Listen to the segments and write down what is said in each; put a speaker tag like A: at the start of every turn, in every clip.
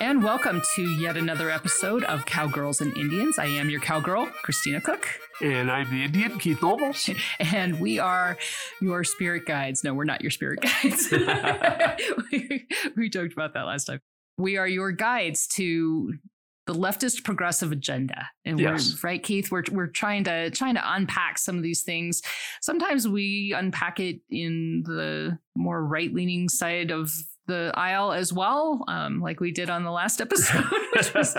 A: everyone. Welcome to yet another episode of Cowgirls and Indians. I am your cowgirl, Christina Cook.
B: And I'm the Indian, Keith Nobles.
A: And we are your spirit guides. No, we're not your spirit guides. we, we joked about that last time. We are your guides to the leftist progressive agenda. And we're
B: Yes.
A: right, Keith, we're we're trying to trying to unpack some of these things. Sometimes we unpack it in the more right-leaning side of the aisle as well, um, like we did on the last episode, which was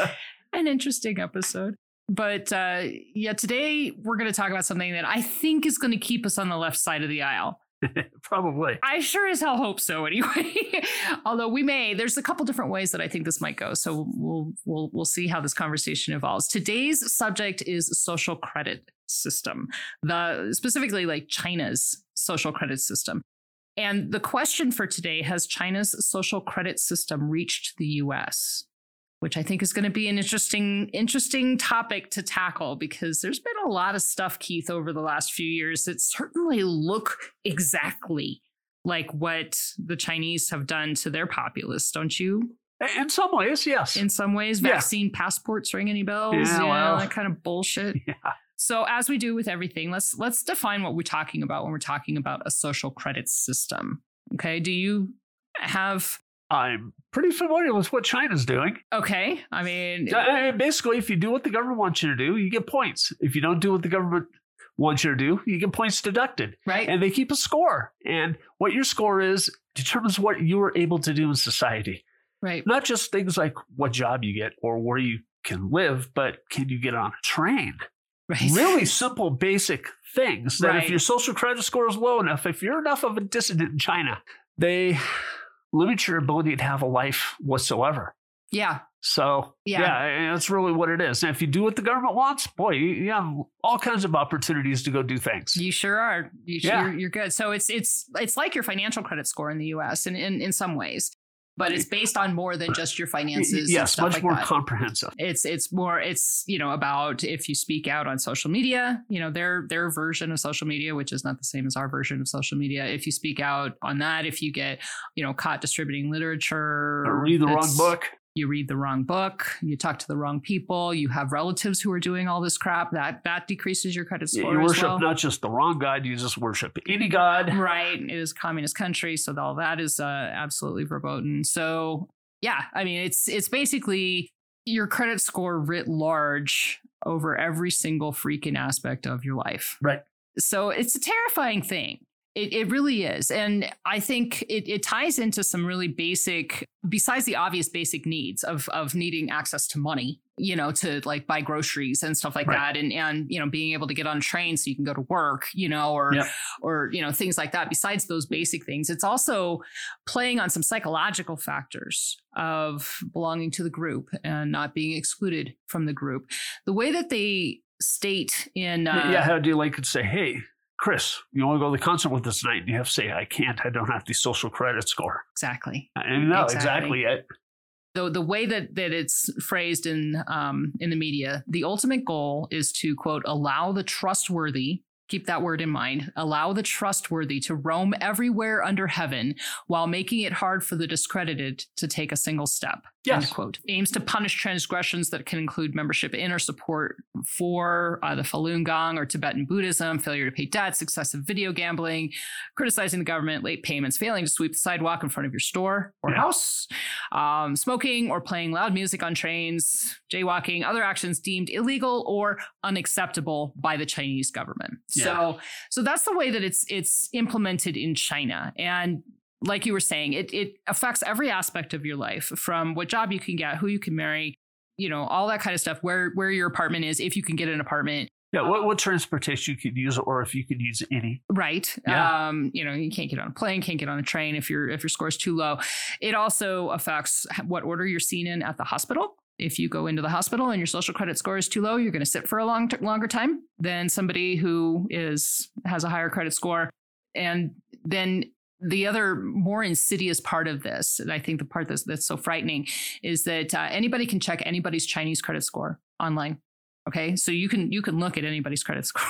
A: an interesting episode. But uh, yeah, today we're going to talk about something that I think is going to keep us on the left side of the aisle.
B: Probably.
A: I sure as hell hope so anyway. Although we may, there's a couple different ways that I think this might go. So we'll we'll we'll see how this conversation evolves. Today's subject is social credit system. The specifically like China's social credit system. And the question for today has China's social credit system reached the US? Which I think is going to be an interesting interesting topic to tackle because there's been a lot of stuff Keith over the last few years that certainly look exactly like what the Chinese have done to their populace, don't you?
B: In some ways, yes.
A: In some ways,
B: Yeah.
A: vaccine passports ring any bells,
B: Yeah,
A: you know,
B: well.
A: that kind of bullshit.
B: yeah.
A: So as we do with everything, let's let's define what we're talking about when we're talking about a social credit system. Okay? Do you have
B: I'm pretty familiar with what China's doing.
A: okay? I mean,
B: I- I- basically, if you do what the government wants you to do, you get points. If you don't do what the government wants you to do, you get points deducted.
A: right?
B: And they keep a score. And what your score is determines what you are able to do in society.
A: right.
B: Not just things like what job you get or where you can live, but can you get on a train?
A: Right.
B: really simple, basic things that
A: Right.
B: if your social credit score is low enough, if you're enough of a dissident in China, they limit your ability to have a life whatsoever.
A: Yeah.
B: So,
A: Yeah.
B: yeah, I- that's really what it is. And if you do what the government wants, boy, you, you have all kinds of opportunities to go do things.
A: You sure are. You sure,
B: Yeah.
A: you're, you're good. So it's it's it's like your financial credit score in the US in in, in some ways. But it's based on more than just your finances. and
B: yes,
A: stuff
B: much
A: like
B: more
A: that.
B: comprehensive.
A: it's it's more it's you know about if you speak out on social media you know their their version of social media which is not the same as our version of social media if you speak out on that if you get you know caught distributing literature
B: Or read the wrong
A: that's-
B: book.
A: you read the wrong book you talk to the wrong people you have relatives who are doing all this crap that that decreases your credit
B: You
A: score
B: you
A: as
B: worship
A: well.
B: not just the wrong God, you just worship any God.
A: right it is a communist country so all that is uh, absolutely verboten so yeah i mean it's it's basically your credit score writ large over every single freaking aspect of your life
B: Right.
A: so it's a terrifying thing it, it really is and i think it, it ties into some really basic besides the obvious basic needs of of needing access to money you know to like buy groceries and stuff like
B: Right.
A: that and and you know being able to get on a train so you can go to work you know or
B: Yep.
A: or you know things like that besides those basic things it's also playing on some psychological factors of belonging to the group and not being excluded from the group the way that they state in uh,
B: yeah, how do you like it? Say, hey, Chris, you want to go to the concert with us tonight? And you have to say, I can't. I don't have the social credit score.
A: exactly
B: And no,
A: Exactly.
B: exactly. it.
A: the the way that that it's phrased in um, in the media, the ultimate goal is to quote allow the trustworthy. Keep that word in mind. Allow the trustworthy to roam everywhere under heaven while making it hard for the discredited to take a single step. End
B: Yes.
A: quote. Aims to punish transgressions that can include membership in or support for uh, the Falun Gong or Tibetan Buddhism, failure to pay debts, excessive video gambling, criticizing the government, late payments, failing to sweep the sidewalk in front of your store or
B: Yeah.
A: house, um, smoking or playing loud music on trains, jaywalking, other actions deemed illegal or unacceptable by the Chinese government. So, so that's the way that it's it's implemented in China, and like you were saying, it it affects every aspect of your life, from what job you can get, who you can marry, you know, all that kind of stuff. Where where your apartment is, if you can get an apartment,
B: Yeah. What, what transportation you could use, or if you could use any.
A: right
B: Yeah.
A: um you know you can't get on a plane can't get on a train if your if your score's too low it also affects h- what order you're seen in at the hospital if you go into the hospital and your social credit score is too low you're going to sit for a long t- longer time than somebody who is has a higher credit score and then the other more insidious part of this and i think the part that's, that's so frightening is that uh, anybody can check anybody's chinese credit score online okay so you can you can look at anybody's credit score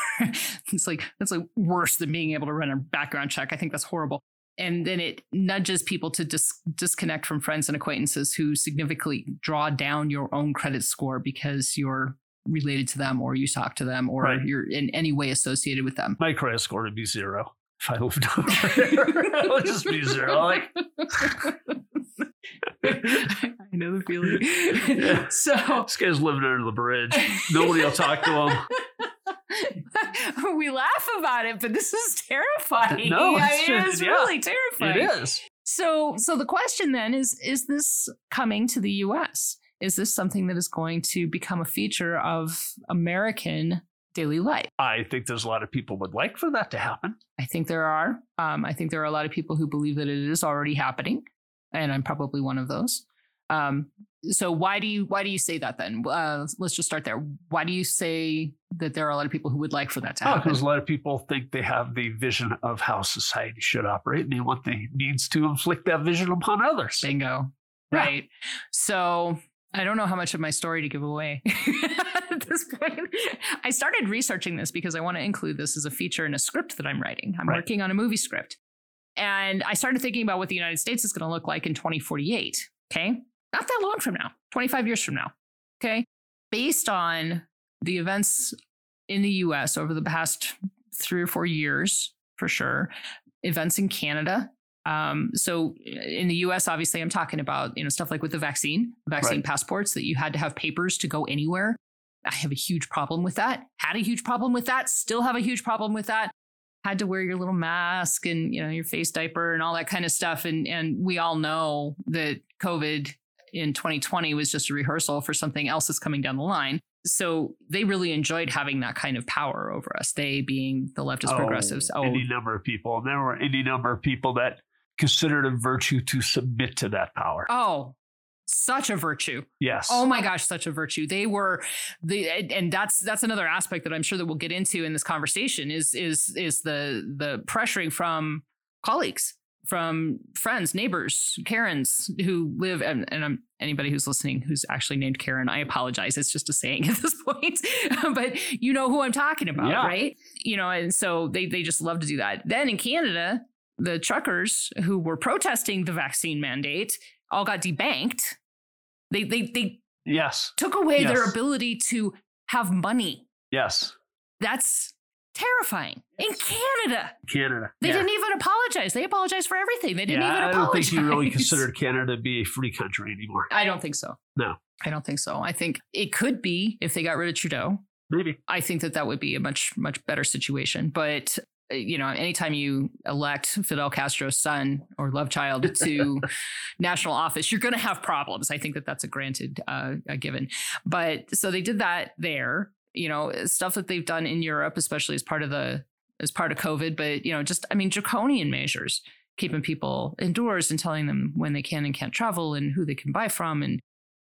A: it's like that's like worse than being able to run a background check i think that's horrible and then it nudges people to dis- disconnect from friends and acquaintances who significantly draw down your own credit score because you're related to them or you talk to them or
B: Right.
A: you're in any way associated with them.
B: My credit score would be zero if I lived over there. it would just be zero. Like,
A: I know the feeling.
B: Yeah.
A: So
B: this guy's living under the bridge. Nobody will talk to him.
A: we laugh about it, but this is terrifying.
B: No,
A: I
B: it's
A: mean,
B: just-
A: it's
B: yeah.
A: really terrifying.
B: It is.
A: So, so the question then is: Is this coming to the U.S.? Is this something that is going to become a feature of American daily life?
B: I think there's a lot of people would like for that to happen.
A: I think there are. Um, I think there are a lot of people who believe that it is already happening, and I'm probably one of those. Um, so why do you why do you say that then? Uh, let's just start there. Why do you say that there are a lot of people who would like for that to
B: Oh,
A: happen?
B: because a lot of people think they have the vision of how society should operate, and they want the needs to inflict that vision upon others.
A: Bingo.
B: Yeah.
A: Right. So I don't know how much of my story to give away at this point. I started researching this because I want to include this as a feature in a script that I'm writing. I'm
B: Right.
A: working on a movie script. And I started thinking about what the United States is going to look like in 2048. Okay. Not that long from now, 25 years from now. Okay. Based on the events in the US over the past three or four years, for sure, events in Canada, um, so in the U.S., obviously, I'm talking about you know stuff like with the vaccine, vaccine
B: Right.
A: passports that you had to have papers to go anywhere. I have a huge problem with that. Had a huge problem with that. Still have a huge problem with that. Had to wear your little mask and you know your face diaper and all that kind of stuff. And and we all know that COVID in 2020 was just a rehearsal for something else that's coming down the line. So they really enjoyed having that kind of power over us. They being the leftist progressives. Oh,
B: Any number of people. And there were any number of people that considered a virtue to submit to that power.
A: oh, such a virtue.
B: yes.
A: Oh my gosh, such a virtue. They were the and that's that's another aspect that I'm sure that we'll get into in this conversation is is is the the pressuring from colleagues, from friends, neighbors, Karens who live and, and I'm anybody who's listening who's actually named Karen, I apologize. It's just a saying at this point. but you know who I'm talking about,
B: Yeah.
A: right? You know, and so they they just love to do that. Then in Canada, the truckers who were protesting the vaccine mandate all got debanked. They they they
B: yes.
A: took away their
B: Yes.
A: ability to have money.
B: Yes.
A: That's terrifying. In Canada,
B: Canada.
A: they
B: Yeah.
A: didn't even apologize. They apologized for everything. They didn't
B: yeah,
A: even
B: I don't
A: apologize.
B: think you really considered Canada to be a free country anymore.
A: I don't think so.
B: No.
A: I don't think so. I think it could be if they got rid of Trudeau.
B: Maybe.
A: I think that that would be a much much better situation. But uh, you know, anytime you elect Fidel Castro's son or love child to national office, you're going to have problems. I think that that's a granted, uh, a given. But so they did that there. You know, stuff that they've done in Europe, especially as part of the as part of COVID. But you know, just I mean, draconian measures keeping people indoors and telling them when they can and can't travel and who they can buy from and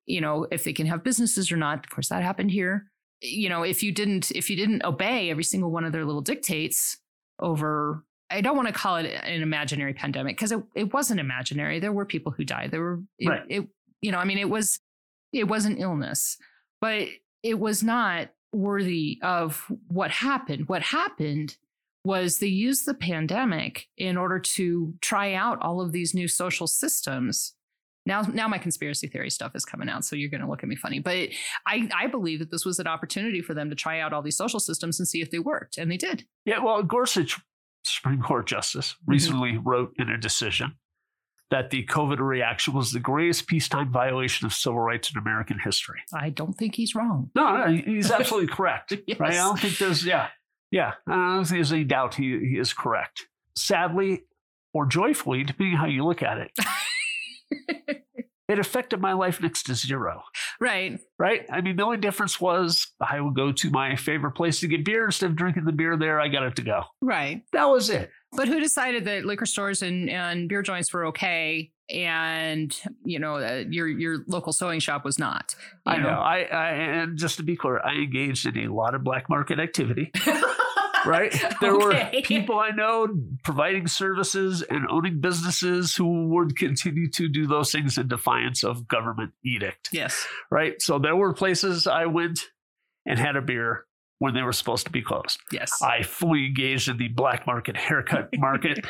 A: you know if they can have businesses or not of course that happened here you know if you didn't if you didn't obey every single one of their little dictates over i don't want to call it an imaginary pandemic because it, it wasn't imaginary there were people who died there were it,
B: Right.
A: it you know i mean it was it was an illness but it was not worthy of what happened what happened was they used the pandemic in order to try out all of these new social systems. Now, now my conspiracy theory stuff is coming out, so you're going to look at me funny. But I, I believe that this was an opportunity for them to try out all these social systems and see if they worked, and they did.
B: Yeah, well, Gorsuch, Supreme Court Justice,
A: Mm-hmm.
B: recently wrote in a decision that the COVID reaction was the greatest peacetime violation of civil rights in American history.
A: I don't think he's wrong.
B: No, no, he's absolutely correct.
A: Yes.
B: Right? I don't think there's, yeah, yeah. I don't think there's any doubt he, he is correct. Sadly, or joyfully, depending how you look at it, it affected my life next to zero.
A: right?
B: Right? I mean, the only difference was I would go to my favorite place to get beer. Instead of drinking the beer there, I got it to go.
A: Right.
B: That was it.
A: But who decided that liquor stores and, and beer joints were okay, and you know uh, your your local sewing shop was not? You
B: I know. I, I and just to be clear, I engaged in a lot of black market activity. Right? There
A: Okay.
B: were people I know providing services and owning businesses who would continue to do those things in defiance of government edict.
A: yes.
B: Right? So there were places I went and had a beer when they were supposed to be closed.
A: Yes.
B: I fully engaged in the black market haircut market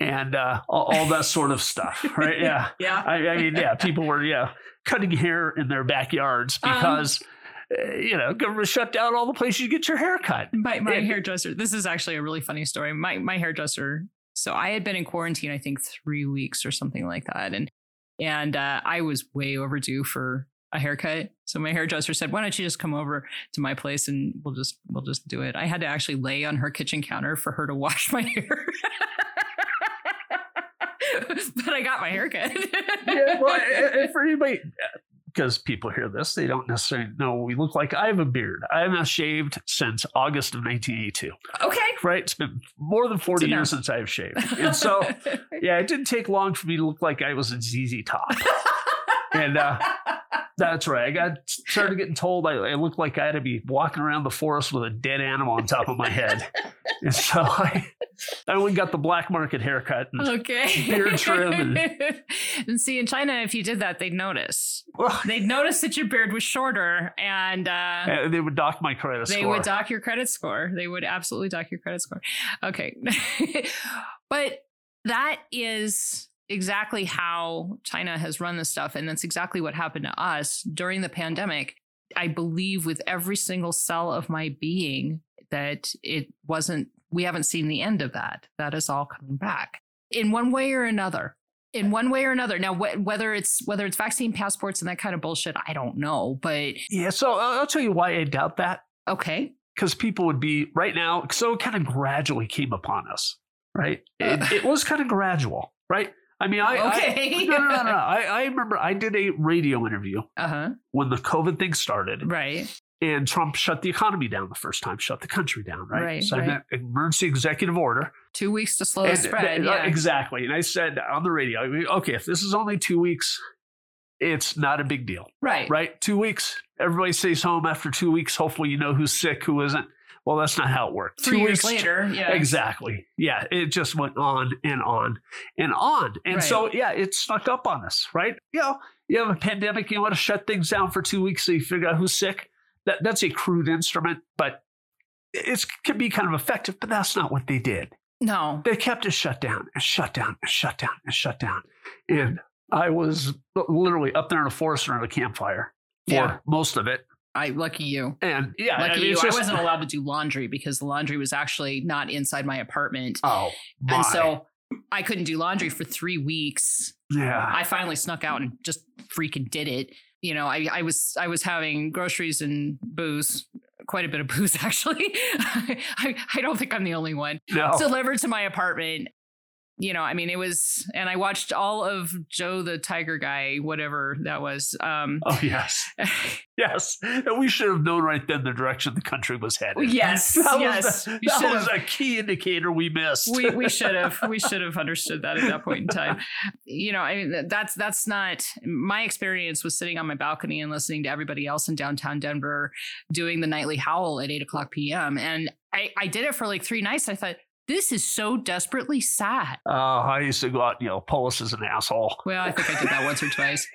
B: and uh, all, all that sort of stuff, right? Yeah.
A: Yeah.
B: I, I mean, yeah, people were yeah cutting hair in their backyards
A: Um,
B: because uh, you know government shut down all the places you get your hair cut.
A: My my
B: It-
A: hairdresser. This is actually a really funny story. My my hairdresser. So I had been in quarantine, I think three weeks or something like that, and and uh, I was way overdue for a haircut. So my hairdresser said, "Why don't you just come over to my place and we'll just we'll just do it." I had to actually lay on her kitchen counter for her to wash my hair. but I got my haircut.
B: yeah, well, a- a- for anybody, because people hear this, they don't necessarily know what we look like. I have a beard. I have not shaved since August of 1982.
A: okay.
B: Right? It's been more than 40
A: Good to know.
B: years since I have shaved, and so yeah, it didn't take long for me to look like I was a ZZ Top. And uh, that's right. I got started getting told I, I looked like I had to be walking around the forest with a dead animal on top of my head. And so I, I went and got the black market haircut. And,
A: okay.
B: Beard trim
A: and see, in China, if you did that, they'd notice.
B: Ugh.
A: They'd notice that your beard was shorter, and uh,
B: And they would dock my credit
A: they
B: score.
A: would dock your credit score. They would absolutely dock your credit score. Okay, but that is exactly how China has run this stuff, and that's exactly what happened to us during the pandemic. I believe with every single cell of my being that it wasn't. We haven't seen the end of that. That is all coming back in one way or another in one way or another now wh- whether it's whether it's vaccine passports and that kind of bullshit i don't know but
B: yeah, so uh, I'll, I'll tell you why I doubt that.
A: okay
B: Because people would be right now, so it kind of gradually came upon us, right? It,
A: Uh.
B: it was kind of gradual, right? I mean, I. I-
A: okay
B: no, no, no, no. I, I remember I did a radio interview
A: uh-huh
B: when the COVID thing started.
A: right
B: and Trump shut the economy down the first time, shut the country down, right?
A: Right,
B: so I
A: right.
B: meant emergency executive order.
A: two weeks to slow the
B: And
A: spread
B: th-
A: yeah.
B: Exactly. And I said on the radio, I mean, okay, if this is only two weeks, it's not a big deal,
A: right
B: right? Two weeks, everybody stays home after two weeks. Hopefully, you know who's sick, who isn't. Well, that's not how it worked.
A: three
B: two
A: years
B: weeks
A: later yeah
B: Exactly. Yeah. It just went on and on and on. And
A: Right.
B: so, yeah, it snuck up on us, right? You know, you have a pandemic, you want to shut things down for two weeks so you figure out who's sick. That, that's a crude instrument, but it can be kind of effective, but that's not what they did.
A: no
B: They kept it shut down and shut down and shut down and shut down. And I was literally up there in a forest around a campfire for
A: Yeah.
B: most of it.
A: i lucky you
B: And yeah,
A: lucky
B: I mean,
A: you
B: it's
A: i
B: just-
A: wasn't allowed to do laundry because the laundry was actually not inside my apartment
B: Oh, my.
A: and so i couldn't do laundry for three weeks
B: yeah.
A: I finally snuck out and just freaking did it. You know, I, I was I was having groceries and booze, quite a bit of booze actually. I, I don't think I'm the only one
B: No.
A: delivered to my apartment. You know, I mean, it was, and I watched all of Joe the Tiger Guy, whatever that was. Um,
B: Oh yes, yes. And we should have known right then the direction the country was headed.
A: Yes,
B: Oh, that
A: yes.
B: Was the-
A: You
B: that
A: should
B: was
A: have.
B: a key indicator we missed.
A: we we should have we should have understood that at that point in time. You know, I mean that- that's that's not my experience was sitting on my balcony and listening to everybody else in downtown Denver doing the nightly howl at eight o'clock p.m. And I I did it for like three nights. I thought this is so desperately sad.
B: Oh, I used to go out. You know, Polis is an asshole.
A: Well, I think I did that once or twice.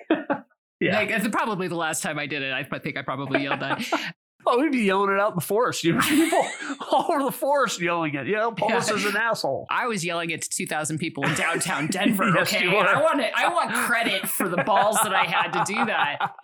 B: Yeah.
A: Like, it's probably the last time I did it. I think I probably yelled that.
B: oh, we'd be yelling it out in the forest. You know, people all over the forest yelling it. You know, Polis
A: Yeah.
B: is an asshole.
A: I was yelling it to 2,000 people in downtown Denver.
B: Yes,
A: okay,
B: you were.
A: I want it, I want credit for the balls that I had to do that.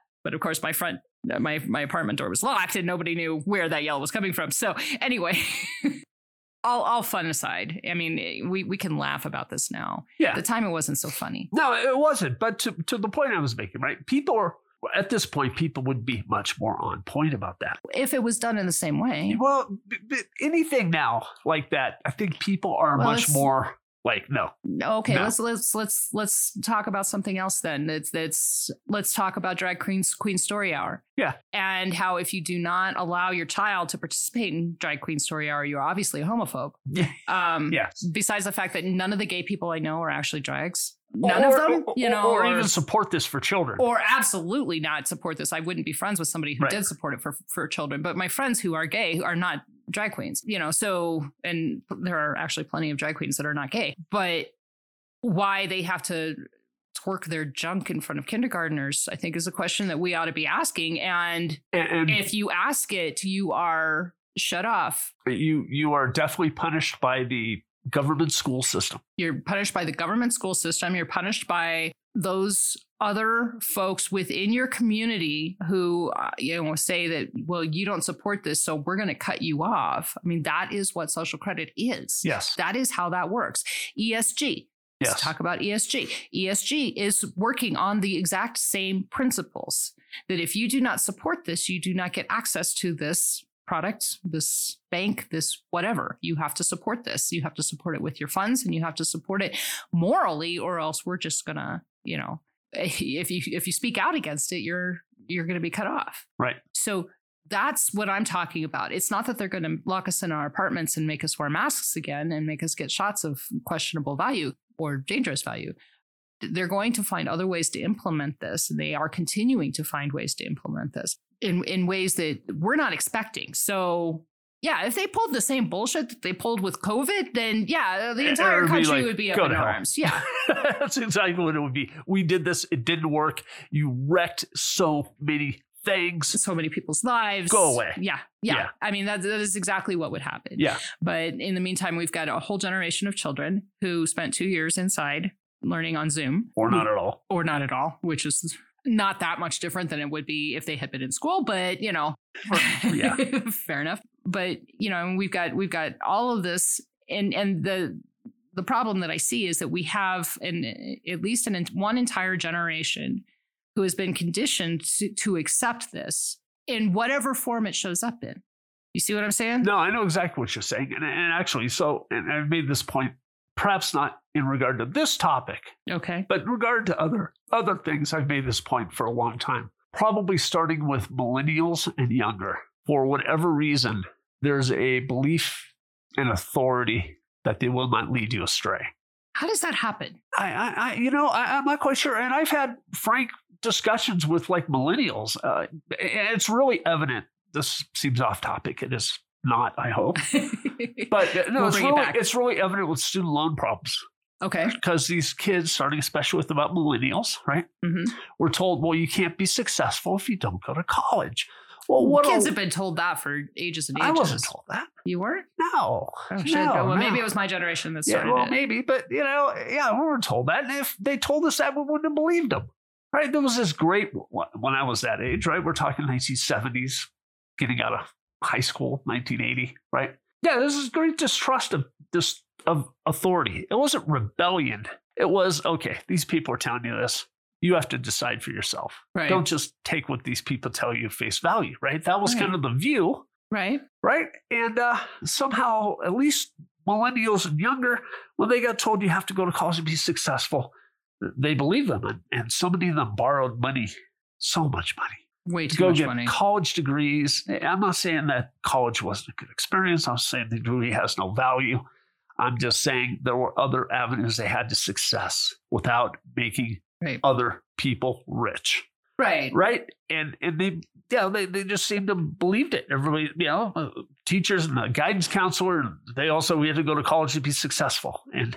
A: But of course, my front my my apartment door was locked, and nobody knew where that yell was coming from. So anyway, all all fun aside, I mean, we we can laugh about this now.
B: Yeah.
A: At the time it wasn't so funny.
B: No, it wasn't. But to to the point I was making, right? People are at this point, people would be much more on point about that.
A: If it was done in the same way,
B: Well, b- b- anything now like that, I think people are
A: Well,
B: much
A: it's-
B: more like no.
A: okay,
B: No.
A: let's let's let's let's talk about something else then. That's that's let's talk about drag queen queen story hour.
B: Yeah.
A: And how if you do not allow your child to participate in drag queen story hour, you're obviously a homophobe.
B: Yeah.
A: Um
B: Yes.
A: besides the fact that none of the gay people I know are actually drags. None
B: Or-
A: of them,
B: or-
A: you know,
B: or, even support this for children.
A: or absolutely not support this. I wouldn't be friends with somebody who
B: Right.
A: did support it for for children. But my friends who are gay are not drag queens, you know. So and there are actually plenty of drag queens that are not gay. But why they have to twerk their junk in front of kindergartners, I think, is a question that we ought to be asking. And
B: and and
A: if you ask it, you are shut off.
B: you you are definitely punished by the government school system.
A: You're punished by the government school system. You're punished by those other folks within your community who uh, you know say that well you don't support this so we're going to cut you off i mean that is what social credit is
B: Yes.
A: that is how that works E esg Let's
B: Yes.
A: talk about E ESG. ESG is working on the exact same principles that if you do not support this, you do not get access to this product, this bank, this whatever. You have to support this. You have to support it with your funds and you have to support it morally or else we're just going to, you know, if you if you speak out against it, you're you're going to be cut off.
B: Right.
A: So that's what I'm talking about. It's not that they're going to lock us in our apartments and make us wear masks again and make us get shots of questionable value or dangerous value. They're going to find other ways to implement this, and they are continuing to find ways to implement this in, in ways that we're not expecting. So, yeah, if they pulled the same bullshit that they pulled with COVID, then yeah, the entire
B: E-, Everybody,
A: country
B: like,
A: would be up
B: go
A: in
B: to hell.
A: arms. Yeah.
B: That's exactly what it would be. We did this, it didn't work. You wrecked so many things.
A: so many people's lives.
B: Go away.
A: Yeah. Yeah.
B: Yeah.
A: I mean, that, that is exactly what would happen.
B: Yeah.
A: But in the meantime, we've got a whole generation of children who spent two years inside learning on Zoom
B: Or not at all.
A: or not at all, which is not that much different than it would be if they had been in school, but you know,
B: Yeah.
A: fair enough. But you know, and we've got we've got all of this and and the the problem that I see is that we have an at least an one entire generation who has been conditioned to, to accept this in whatever form it shows up in. You see what I'm saying?
B: No, I know exactly what you're saying. And, and actually, so, and I've made this point, perhaps not in regard to this topic,
A: Okay.
B: but in regard to other other things, I've made this point for a long time. Probably starting with millennials and younger. For whatever reason, there's a belief and authority that they will not lead you astray.
A: How does that happen?
B: I, I, I you know, I, I'm not quite sure. And I've had frank discussions with like millennials, uh, and it's really evident. This seems off topic. It is not, I hope. But uh, no,
A: We'll
B: it's
A: bring it
B: really
A: back.
B: it's really evident with student loan problems
A: okay.
B: because these kids, starting especially with about millennials, right,
A: Mhm.
B: were told, well, you can't be successful if you don't go to college. Well, what?
A: Kids
B: a-
A: have been told that for ages and ages.
B: I wasn't told that.
A: You were?
B: No.
A: Oh shit!
B: No,
A: well, maybe
B: no.
A: it was my generation that
B: Yeah,
A: started
B: well,
A: it.
B: maybe, but you know, yeah, we were told that. And if they told us that, we wouldn't have believed them, right? There was this great one when I was that age, right? We're talking 1970s, getting out of high school, 1980, right? Yeah, this is great distrust of this of authority. It wasn't rebellion. It was okay. These people are telling you this. You have to decide for yourself.
A: Right.
B: Don't just take what these people tell you at face value, right? That was
A: Right.
B: kind of the view
A: right.
B: right? And uh, somehow, at least millennials and younger, when they got told you have to go to college to be successful, they believe them. And, and so many of them borrowed money, so much money,
A: Way
B: to
A: too
B: go
A: much
B: get
A: money.
B: college degrees. I'm not saying that college wasn't a good experience. I'm saying the degree has no value. I'm just saying there were other avenues they had to success without making
A: Right.
B: other people rich
A: right.
B: right and and they yeah they, they just seemed to believed it everybody you know uh, teachers and the guidance counselor and they also we had to go to college to be successful and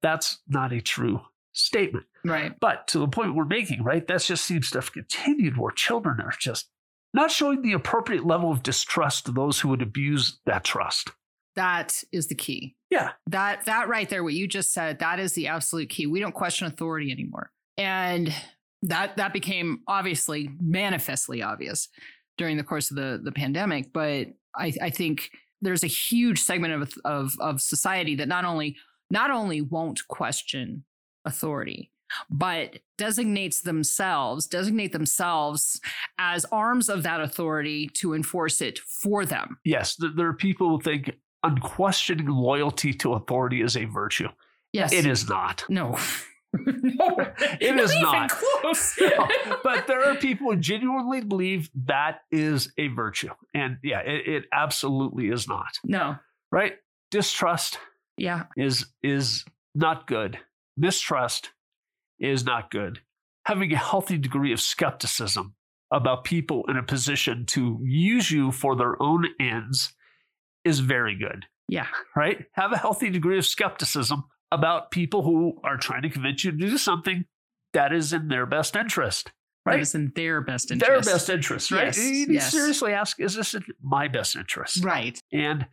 B: that's not a true statement
A: Right.
B: but to the point we're making right that just seems to have continued where children are just not showing the appropriate level of distrust to those who would abuse that trust
A: That is the key.
B: Yeah.
A: That that right there, what you just said, that is the absolute key. We don't question authority anymore. And that that became obviously manifestly obvious during the course of the the pandemic. But I, I think there's a huge segment of, of of society that not only not only won't question authority, but designates themselves, designate themselves as arms of that authority to enforce it for them.
B: yes th- there are people who think unquestioning loyalty to authority is a virtue
A: Yes.
B: it is not
A: No. no.
B: It is not.
A: even close.
B: No, but there are people who genuinely believe that is a virtue. And yeah, it, it absolutely is not.
A: no.
B: Right? Distrust
A: Yeah.
B: is is not good. Mistrust is not good. Having a healthy degree of skepticism about people in a position to use you for their own ends is very good.
A: Yeah.
B: Right? Have a healthy degree of skepticism about people who are trying to convince you to do something that is in their best interest
A: That
B: Right.
A: is in their best interest.
B: their best interest, right?
A: Yes,
B: you need to
A: yes.
B: seriously ask, is this in my best interest?
A: Right.
B: And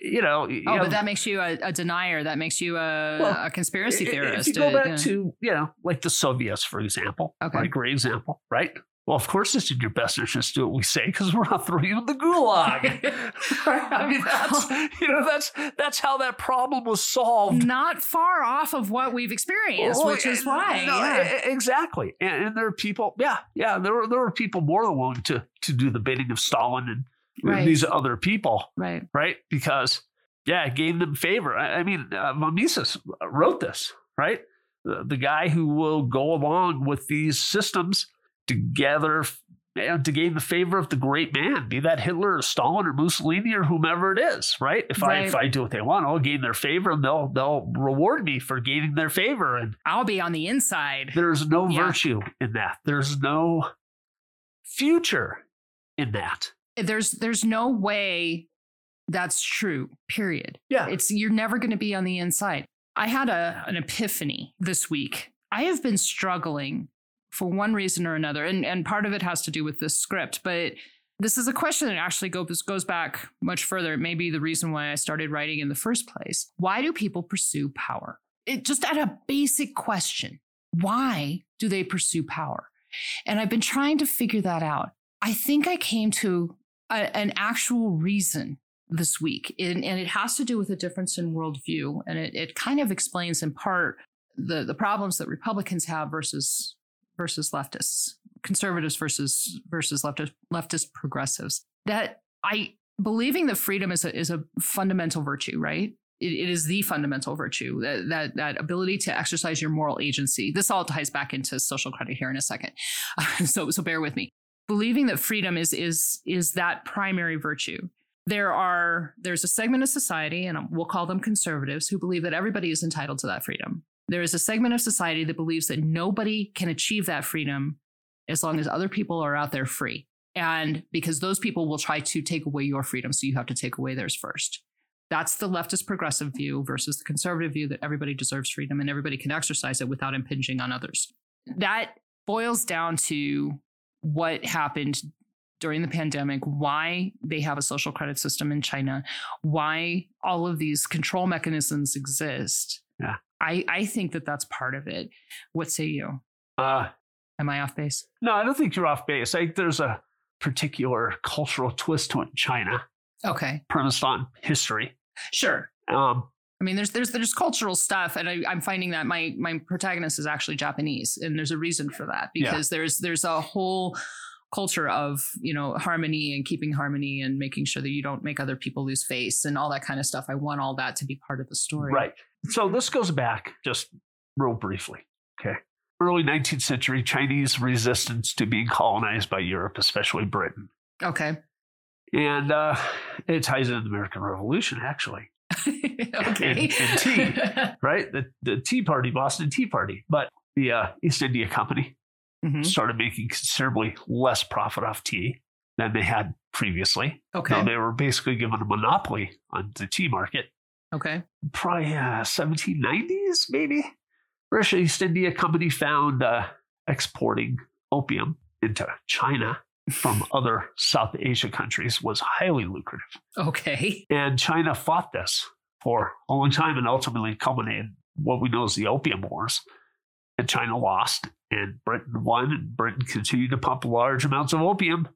B: you know.
A: Oh, but that makes you a, a denier. That makes you a,
B: Well,
A: a conspiracy theorist.
B: If you go
A: uh,
B: back
A: yeah.
B: to you know, like the Soviets, for example,
A: Okay.
B: right? Great example, right? Well, of course, it's in your best interest to do what we say because we're not throwing you in the gulag. I mean, that's you know, that's that's how that problem was solved.
A: not far off of what we've experienced,
B: Well,
A: which is
B: no,
A: why.
B: no,
A: yeah.
B: e- e- exactly. And, and there are people, yeah, yeah, there were there were people more than willing to to do the bidding of Stalin and
A: Right.
B: these other people,
A: right.
B: right? Because yeah, it gave them favor. I, I mean, uh, von Mises wrote this, right? The, the guy who will go along with these systems to gather and to gain the favor of the great man, be that Hitler or Stalin or Mussolini or whomever it is, right? If I if
A: Right.
B: I do what they want, I'll gain their favor and they'll they'll reward me for gaining their favor. And
A: I'll be on the inside.
B: there's no
A: Yeah.
B: virtue in that. There's no future in that.
A: There's there's no way that's true. Period.
B: Yeah.
A: It's you're never going to be on the inside. I had a an epiphany this week. I have been struggling for one reason or another, and and part of it has to do with this script, but. This is a question that actually goes goes back much further. It may be the reason why I started writing in the first place. Why do people pursue power? It just at a basic question. Why do they pursue power? And I've been trying to figure that out. I think I came to a- an actual reason this week. And, and it has to do with a difference in worldview. And it, it kind of explains in part the, the problems that Republicans have versus versus leftists, conservatives versus versus leftist leftist progressives. That I believing that freedom is a is a fundamental virtue, right? It, it is the fundamental virtue that, that that ability to exercise your moral agency. This all ties back into social credit here in a second, so so bear with me. Believing that freedom is is is that primary virtue there are there's a segment of society and we'll call them conservatives who believe that everybody is entitled to that freedom there is a segment of society that believes that nobody can achieve that freedom as long as other people are out there free and because those people will try to take away your freedom so you have to take away theirs first that's the leftist progressive view versus the conservative view that everybody deserves freedom and everybody can exercise it without impinging on others that boils down to what happened during the pandemic, why they have a social credit system in China, why all of these control mechanisms exist.
B: Yeah.
A: I, I think that that's part of it. What say you?
B: Uh,
A: Am I off base?
B: No, I don't think you're off base. I think there's a particular cultural twist to it in China,
A: Okay,
B: premised on history.
A: sure.
B: Um,
A: I mean, there's there's there's cultural stuff, and I, I'm finding that my my protagonist is actually Japanese, and there's a reason for that
B: Yeah.
A: because there's there's a whole culture of you know harmony and keeping harmony and making sure that you don't make other people lose face and all that kind of stuff. I want all that to be part of the story.
B: right. So this goes back just real briefly. Okay. Early 19th century Chinese resistance to being colonized by Europe, especially Britain.
A: Okay.
B: And uh, it ties into the American Revolution, actually,
A: okay.
B: And- and tea. right? The, the Tea Party, Boston Tea Party. But the uh, East India Company
A: Mhm.
B: started making considerably less profit off tea than they had previously.
A: Okay.
B: No, they were basically given a monopoly on the tea market.
A: Okay.
B: Probably uh, 1790s, maybe. British East India Company found uh, exporting opium into China from other South Asia countries was highly lucrative.
A: Okay.
B: And China fought this for a long time and ultimately culminated what we know as the Opium Wars. And China lost, and Britain won, and Britain continued to pump large amounts of opium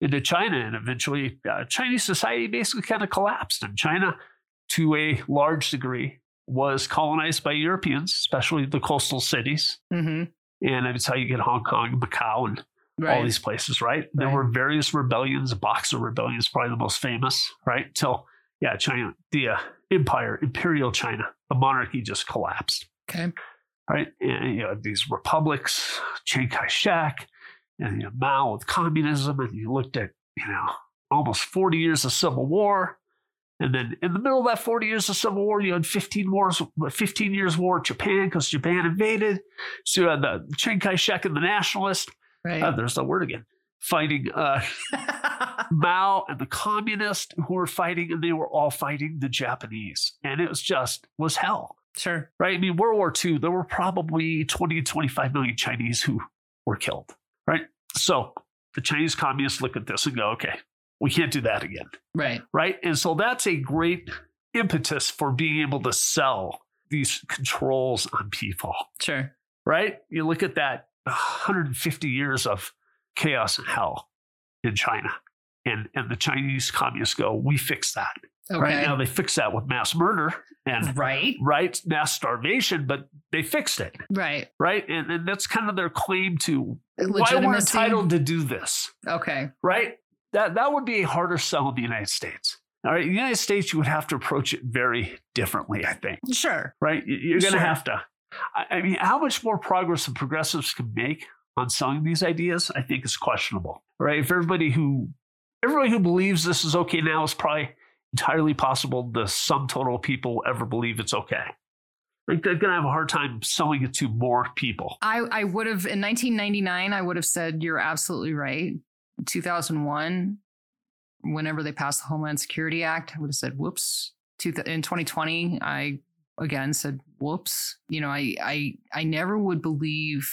B: into China. And eventually, uh, Chinese society basically kind of collapsed. And China, to a large degree, was colonized by Europeans, especially the coastal cities.
A: hmm
B: And that's how you get Hong Kong, Macau, and
A: Right.
B: Mm-hmm. all these places, right? There
A: Right.
B: were various rebellions, Boxer rebellions, probably the most famous, right? Till yeah, China, the uh, empire, imperial China, the monarchy just collapsed,
A: okay.
B: right? And you know these republics, Chiang Kai-shek, and you know, Mao with communism, and you looked at you know almost 40 years of civil war. And then in the middle of that 40 years of civil war, you had 15 wars, 15 years war with Japan because Japan invaded. So you had the Chiang Kai-shek and the nationalists.
A: Right.
B: Uh, there's that word again. Fighting uh, Mao and the communists who were fighting, and they were all fighting the Japanese. And it was just, was hell,
A: sure.
B: right? I mean, World War II, there were probably 20 to 25 million Chinese who were killed, right? So the Chinese communists look at this and go, okay, We can't do that again.
A: Right.
B: Right. And so that's a great impetus for being able to sell these controls on people.
A: Sure.
B: Right. You look at that 150 years of chaos and hell in China. And, and the Chinese communists go, we fix that.
A: Okay. Mm-hmm.
B: Right now, they fix that with mass murder and
A: Right.
B: right mass starvation, but they fixed it.
A: Right.
B: Right. And, and that's kind of their claim to why we're
A: Legitimacy.
B: entitled to do this
A: Okay.
B: right? That that would be a harder sell in the United States. All right, in the United States, you would have to approach it very differently, I think.
A: Sure.
B: Right? You- You're going to
A: Sure.
B: have to. I- I mean, how much more progress the progressives can make on selling these ideas, I think, is questionable. Right? If everybody who everybody who believes this is okay now is probably entirely possible the sum total of people will ever believe it's okay. Like they're going to have a hard time selling it to more people.
A: I, I would have in 1999 I would have said you're absolutely right. 2001, whenever they passed the Homeland Security Act, I would have said whoops. Two th- In 2020, I again said whoops. You know, I I I never would believe.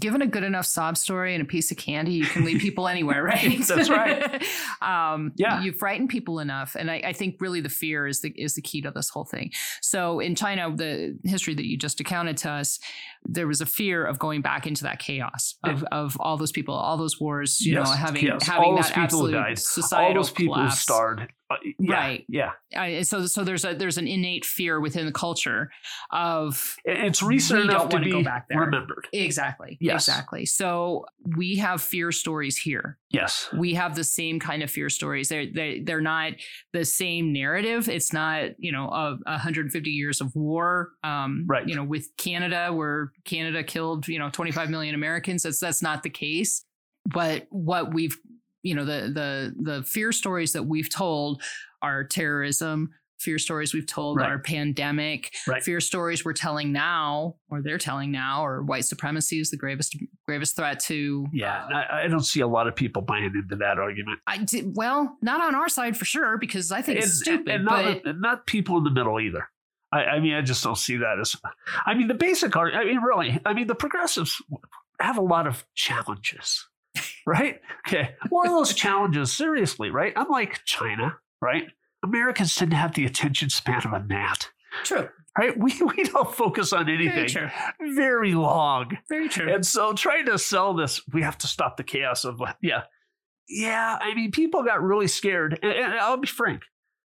A: Given a good enough sob story and a piece of candy, you can lead people anywhere, right?
B: That's right.
A: um,
B: Yeah.
A: you frighten people enough, and I, I think really the fear is the is the key to this whole thing. So in China, the history that you just accounted to us, there was a fear of going back into that chaos of, of all those people, all those wars, you
B: Yes,
A: know, having
B: yes.
A: having
B: All those
A: that
B: people who
A: absolute
B: died. All
A: societal
B: those people who
A: collapse.
B: starred. uh, yeah,
A: Right.
B: Yeah.
A: I- so so there's a there's an innate fear within the culture of
B: And It's recent
A: We don't
B: enough to
A: wanna
B: be
A: go back there.
B: remembered.
A: exactly
B: Yes.
A: exactly. So we have fear stories here.
B: Yes.
A: we have the same kind of fear stories. They're they, they're not the same narrative. It's not you know a, a 150 years of war. Um,
B: Right.
A: You know, with Canada, where Canada killed you know 25 million Americans. That's that's not the case. But what we've you know the the the fear stories that we've told are terrorism. Fear stories we've told
B: Right.
A: are pandemic.
B: Right.
A: Fear stories we're telling now, or they're telling now, or white supremacy is the gravest gravest threat to uh,
B: Yeah. and I, I don't see a lot of people buying into that argument.
A: I did, well, not on our side for sure because I think it's stupid.
B: and
A: but
B: not, and not people in the middle either. I, I mean, I just don't see that as. I mean, the basic art. I mean, really. I mean, the progressives have a lot of challenges, right? Okay, one of those challenges, seriously, right? Unlike China, right? Americans tend to have the attention span of a gnat,
A: true,
B: right? We we don't focus on
A: very
B: anything
A: true,
B: very long.
A: very true.
B: And so trying to sell this, we have to stop the chaos of yeah. Yeah, I mean, people got really scared. And, and I'll be frank,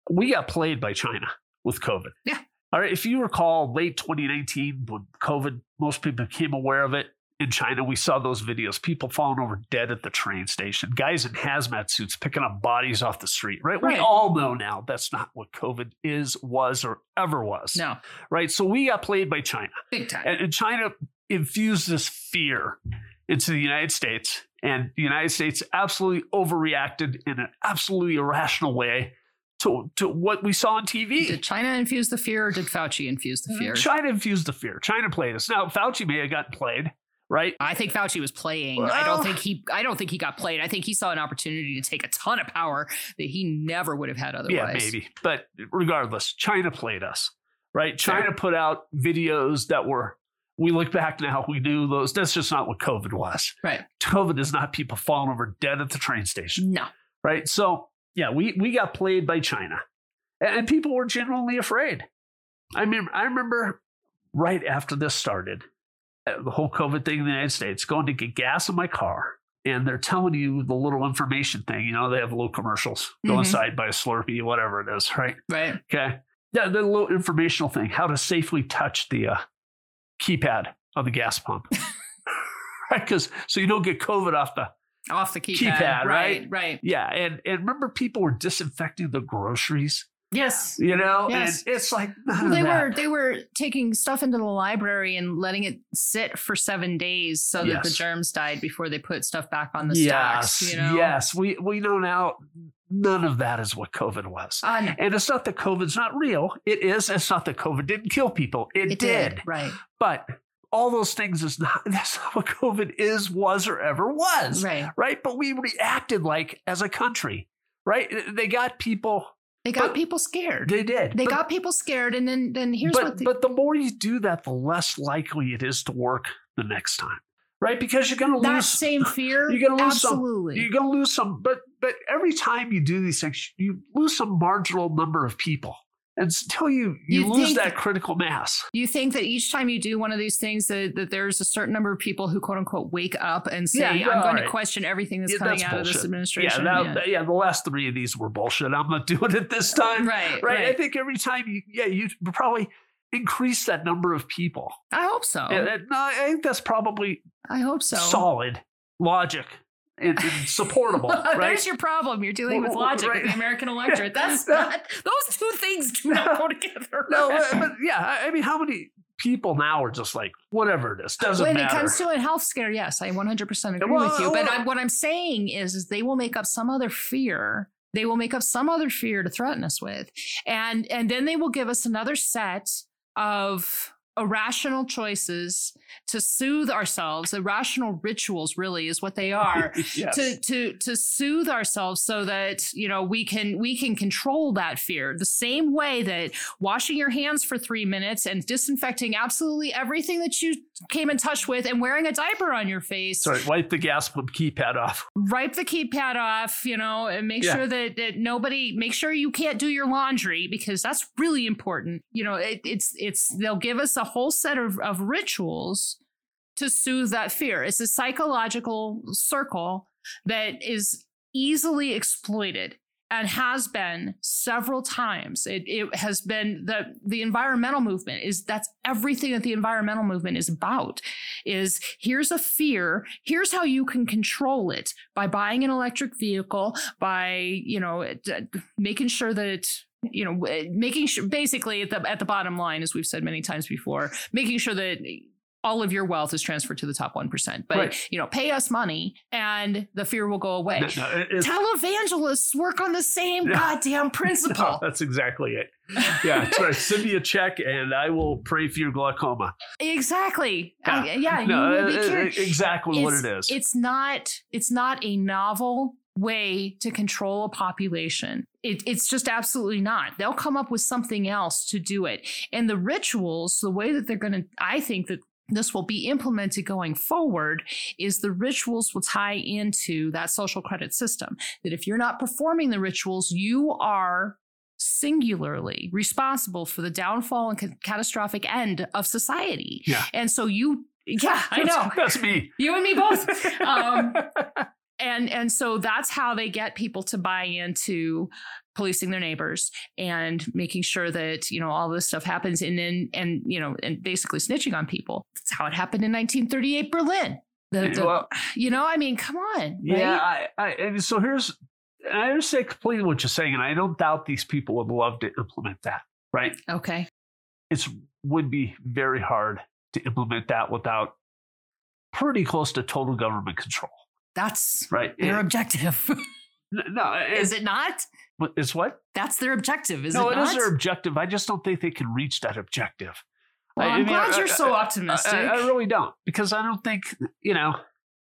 B: we got played by China with COVID.
A: Yeah.
B: All right. If you recall late 2019, when COVID, most people became aware of it in China, we saw those videos, people falling over dead at the train station, guys in hazmat suits picking up bodies off the street, right? We
A: Right.
B: all know now that's not what COVID is, was, or ever was.
A: No,
B: Right. So we got played by China.
A: big time.
B: And, and China infused this fear into the United States, and the United States absolutely overreacted in an absolutely irrational way to, to what we saw on
A: did
B: TV.
A: China infuse the fear, or did Fauci infuse the fear?
B: China infused the fear. China played us. Now, Fauci may have gotten played, right?
A: I think Fauci was playing. I
B: Well-
A: don't think he. I don't think he got played. I think he saw an opportunity to take a ton of power that he never would have had otherwise.
B: Yeah, maybe. But regardless, China played us, right? China put out videos that were, we look back now, we knew those. That's just not what COVID was.
A: Right.
B: COVID is not people falling over dead at the train station.
A: No.
B: right? So yeah, we we got played by China, and, and people were genuinely afraid. I mean, I remember right after this started, uh, the whole COVID thing in the United States, going to get gas in my car, and they're telling you the little information thing. You know, they have little commercials. Go
A: Mhm.
B: inside, buy a Slurpee, whatever it is, right?
A: Right.
B: Okay, yeah, the little informational thing, how to safely touch the uh, keypad on the gas pump. Right, because so you don't get COVID off the
A: Off the keypad.
B: Keypad,
A: right.
B: right?
A: Right.
B: yeah, and and remember, people were disinfecting the groceries,
A: Yes.
B: you know,
A: Yes.
B: and it's like none
A: Well,
B: of
A: they
B: that.
A: were they were taking stuff into the library and letting it sit for seven days so that the
B: Yes.
A: germs died before they put stuff back on the
B: yes,
A: stacks. You know,
B: yes, we we know now none of that is what COVID was,
A: Uh, no,
B: and it's not that COVID's not real. It is. It's not that COVID didn't kill people. It,
A: it
B: did.
A: right,
B: but all those things is not that's not what COVID is, was, or ever was,
A: right.
B: right? But we reacted like as a country, right? They got people.
A: They got
B: But-
A: people scared.
B: They did.
A: They
B: But-
A: got people scared, and then then here's
B: but,
A: what. The,
B: but the more you do that, the less likely it is to work the next time, right? Because you're going to
A: That
B: lose.
A: same fear.
B: you're gonna lose some-
A: Absolutely.
B: You're going to lose some, but but every time you do these things, you lose some marginal number of people And until you you,
A: You
B: lose
A: think-
B: that critical mass.
A: you think that each time you do one of these things that, that there's a certain number of people who quote unquote wake up and say
B: Yeah, yeah,
A: i'm going
B: all right.
A: to question everything that's
B: Yeah,
A: coming
B: that's
A: out of this
B: bullshit.
A: administration
B: yeah, that, that- yeah, the last three of these were bullshit. I'm not doing it this time.
A: right, right
B: right? I think every time you, yeah, you probably increase that number of people.
A: i hope so
B: And that- no, I think that's probably
A: i hope Oh. so
B: solid logic and, and supportable, right?
A: There's your problem. You're dealing with
B: Well,
A: logic
B: right.
A: with the American electorate. That's not, those two things do not go together.
B: No, but but yeah, I, I mean, how many people now are just like whatever it is doesn't
A: Uh, when
B: matter.
A: it comes to a health scare, yes, I 100% agree
B: Well,
A: with you. But
B: well-
A: I, what I'm saying is, is they will make up some other fear. They will make up some other fear to threaten us with, and and then they will give us another set of irrational choices to soothe ourselves. Irrational rituals, really, is what they are.
B: Yes.
A: to to to soothe ourselves so that you know we can we can control that fear the same way that washing your hands for three minutes and disinfecting absolutely everything that you came in touch with and wearing a diaper on your face
B: Sorry, wipe the gas pump keypad off.
A: wipe the keypad off you know and make
B: Yeah.
A: sure that, that nobody make sure you can't do your laundry because that's really important you know it, it's it's they'll give us a whole set of, of rituals to soothe that fear it's a psychological circle that is easily exploited and has been several times it, it has been the the environmental movement is that's everything that the environmental movement is about is here's a fear here's how you can control it by buying an electric vehicle by you know it- uh, making sure that it- you know w- making sure basically at the at the bottom line as we've said many times before making sure that all of your wealth is transferred to the top 1% but
B: Right.
A: you know pay us money and the fear will go away
B: No, no, it- it's-
A: televangelists work on the same
B: Yeah.
A: goddamn
B: no,
A: principle
B: oh, that's exactly it. Yeah, that's right. Send me a check and I will pray for your glaucoma.
A: exactly
B: Yeah.
A: Uh, yeah,
B: No,
A: you will be
B: it- it-
A: cured.
B: exactly what it is.
A: It's not it's not a novel way to control a population. It, it's just absolutely not. They'll come up with something else to do it. And the rituals, the way that they're going to I think that this will be implemented going forward is the rituals will tie into that social credit system that if you're not performing the rituals you are singularly responsible for the downfall and ca- catastrophic end of society
B: Yeah.
A: and so you yeah i
B: That's-
A: know
B: That's me.
A: you and me both um, and and so that's how they get people to buy into policing their neighbors and making sure that you know all this stuff happens and then and you know and basically snitching on people that's how it happened in 1938 berlin The- the-
B: Well,
A: you know i mean come on
B: Yeah,
A: right?
B: I, I and so here's and I understand completely what you're saying, and I don't doubt these people would love to implement that. Right?
A: okay
B: It's would be very hard to implement that without pretty close to total government control.
A: that's
B: Right?
A: their
B: It-
A: objective
B: no,
A: is
B: it,
A: it not
B: it's what?
A: that's their objective is
B: no,
A: it
B: it
A: not
B: is their objective. I just don't think they can reach that objective.
A: well,
B: I- I
A: i'm
B: mean,
A: glad
B: I-
A: you're so
B: I- I-
A: optimistic
B: I, I really don't because I don't think you know.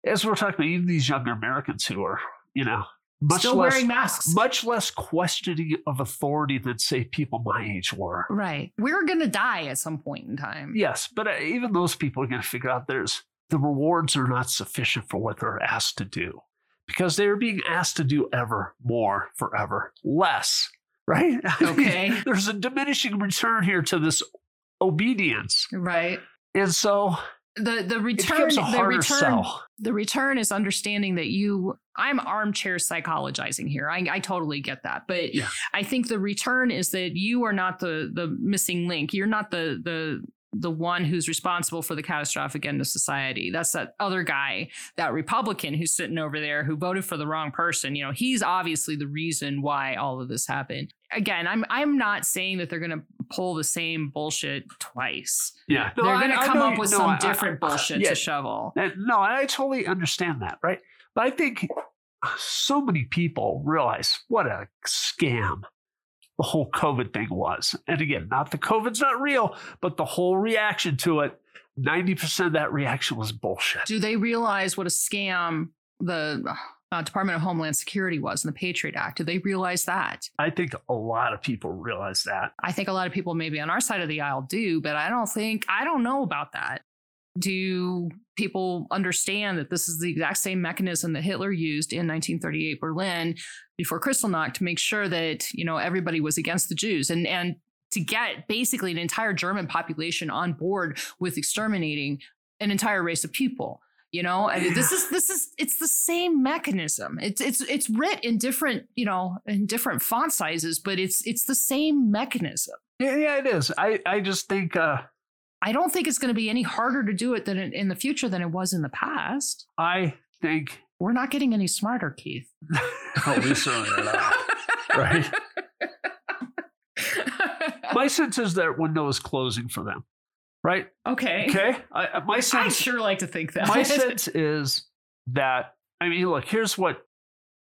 B: As we're talking about, even these younger Americans who are you know much
A: still
B: less
A: wearing masks
B: much less questioning of authority than say people my age were.
A: right we're gonna die at some point in time
B: Yes, but uh, even those people are going to figure out there's the rewards are not sufficient for what they're asked to do because they're being asked to do ever more, forever less. Right? I mean,
A: Okay.
B: there's a diminishing return here to this obedience,
A: right
B: and so
A: the the
B: it
A: return
B: becomes a
A: the
B: harder
A: return
B: sell.
A: the return is understanding that you i'm armchair psychologizing here i, I totally get that but
B: Yeah.
A: i think the return is that you are not the the missing link you're not the the the one who's responsible for the catastrophic end of society that's that other guy that republican who's sitting over there who voted for the wrong person you know he's obviously the reason why all of this happened again i'm i'm not saying that they're going to pull the same bullshit twice
B: Yeah, No,
A: they're
B: I-
A: going to
B: I
A: come
B: know
A: up
B: you-
A: with
B: no,
A: some
B: I- I-
A: different bullshit
B: yeah,
A: to shovel
B: And no, and I totally understand that, right? But I think so many people realize what a scam the whole COVID thing was. And again, not the COVID's not real, but the whole reaction to it, 90% of that reaction was bullshit.
A: do they realize what a scam the uh, Department of Homeland Security was in the Patriot Act? Do they realize that?
B: I think a lot of people realize that.
A: I think a lot of people maybe on our side of the aisle do, but I don't think I don't know about that. do people understand that this is the exact same mechanism that Hitler used in 1938 Berlin before Kristallnacht to make sure that you know everybody was against the Jews and and to get basically an entire German population on board with exterminating an entire race of people. You know, I mean, this is this is it's the same mechanism. It's it's it's writ in different you know in different font sizes, but it's it's the same mechanism.
B: Yeah, yeah, it is. I, I just think uh,
A: I don't think it's going to be any harder to do it than in, in the future than it was in the past.
B: I think
A: We're not getting any smarter, Keith.
B: Oh, we certainly are not. Right. My sense is that window is closing for them. Right?
A: okay.
B: Okay. I, I- my
A: I
B: sense
A: sure like to think that.
B: my sense is that I mean, look, here's what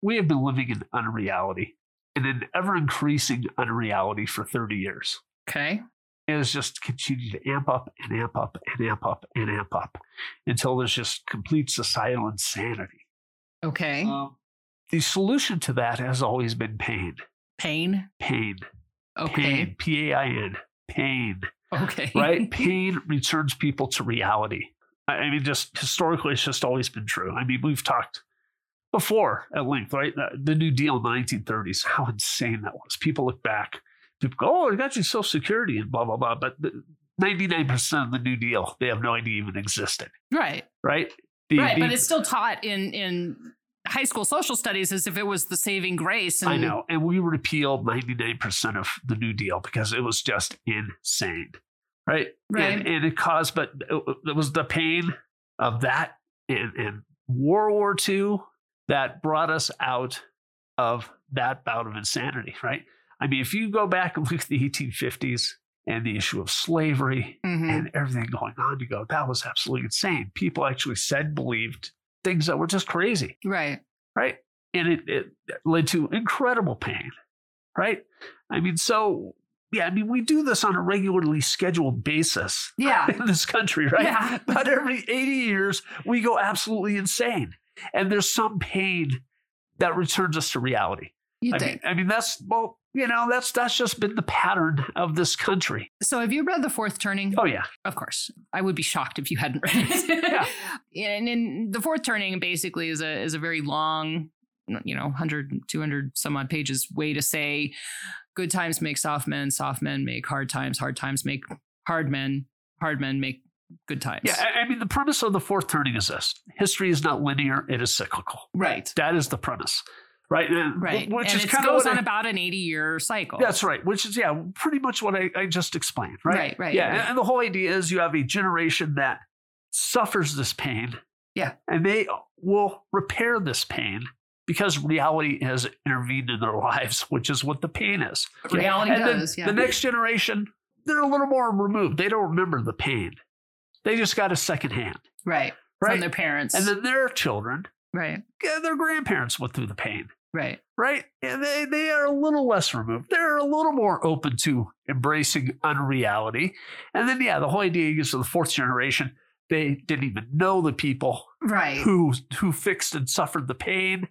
B: we have been living in unreality in an ever increasing unreality for 30 years.
A: okay.
B: And it's just continued to amp up and amp up and amp up and amp up until there's just complete societal insanity.
A: Okay.
B: Um, the solution to that has always been pain.
A: pain.
B: Pain.
A: Okay.
B: Pain. P A I N. Pain.
A: Okay.
B: right? Pain returns people to reality. I- I mean, just historically, it's just always been true. I mean, we've talked before at length, right? Uh, The- The New Deal in the 1930s, how insane that was. People look back, people go, oh, it got you Social Security and blah, blah, blah. But the, 99% of the New Deal, they have no idea even existed,
A: Right.
B: right? The-
A: right.
B: the-
A: But it's still taught in in high school social studies as if it was the saving grace. And
B: I know. And we repealed 99% of the New Deal because it was just insane. Right.
A: Right.
B: And, and it caused, but it, it was the pain of that and, and World War II that brought us out of that bout of insanity. Right. I mean, if you go back and look at the 1850s and the issue of slavery
A: Mhm.
B: and everything going on, you go, that was absolutely insane. People actually said, believed things that were just crazy
A: Right.
B: right? And it, it led to incredible pain, right? I mean, so yeah, I mean, we do this on a regularly scheduled basis
A: Yeah.
B: in this country, right?
A: Yeah.
B: About every 80 years, we go absolutely insane. And there's some pain that returns us to reality.
A: You
B: I
A: think.
B: mean, I mean, that's, well, you know, that's that's just been the pattern of this country.
A: so have you read The Fourth Turning?
B: Oh yeah.
A: Of course. I would be shocked if you hadn't read it. And in The Fourth Turning basically is a is a very long, you know, 100 200 some odd pages way to say good times make soft men, soft men make hard times, hard times make hard men, hard men make good times.
B: Yeah. I, I mean, the premise of the fourth turning is this history is not linear, it is cyclical.
A: Right.
B: That is the premise. Right. And-
A: Right.
B: Which
A: and
B: is
A: it
B: kind of
A: goes
B: what
A: on
B: I-
A: about an 80 year cycle.
B: That's right. Which is yeah, pretty much what I, I just explained, right?
A: Right, right,
B: Yeah,
A: right.
B: And, and the whole idea is you have a generation that suffers this pain.
A: Yeah.
B: and they will repair this pain because reality has intervened in their lives, which is what the pain is.
A: Reality
B: and then
A: does, yeah.
B: The next generation, they're a little more removed. They don't remember the pain. They just got a second hand,
A: Right.
B: right?
A: From their parents.
B: and then their children,
A: right.
B: yeah, their grandparents went through the pain
A: Right.
B: right? And they, they are a little less removed. They're a little more open to embracing unreality. And then, yeah, the whole idea is for the fourth generation, they didn't even know the people
A: Right.
B: who who fixed and suffered the pain,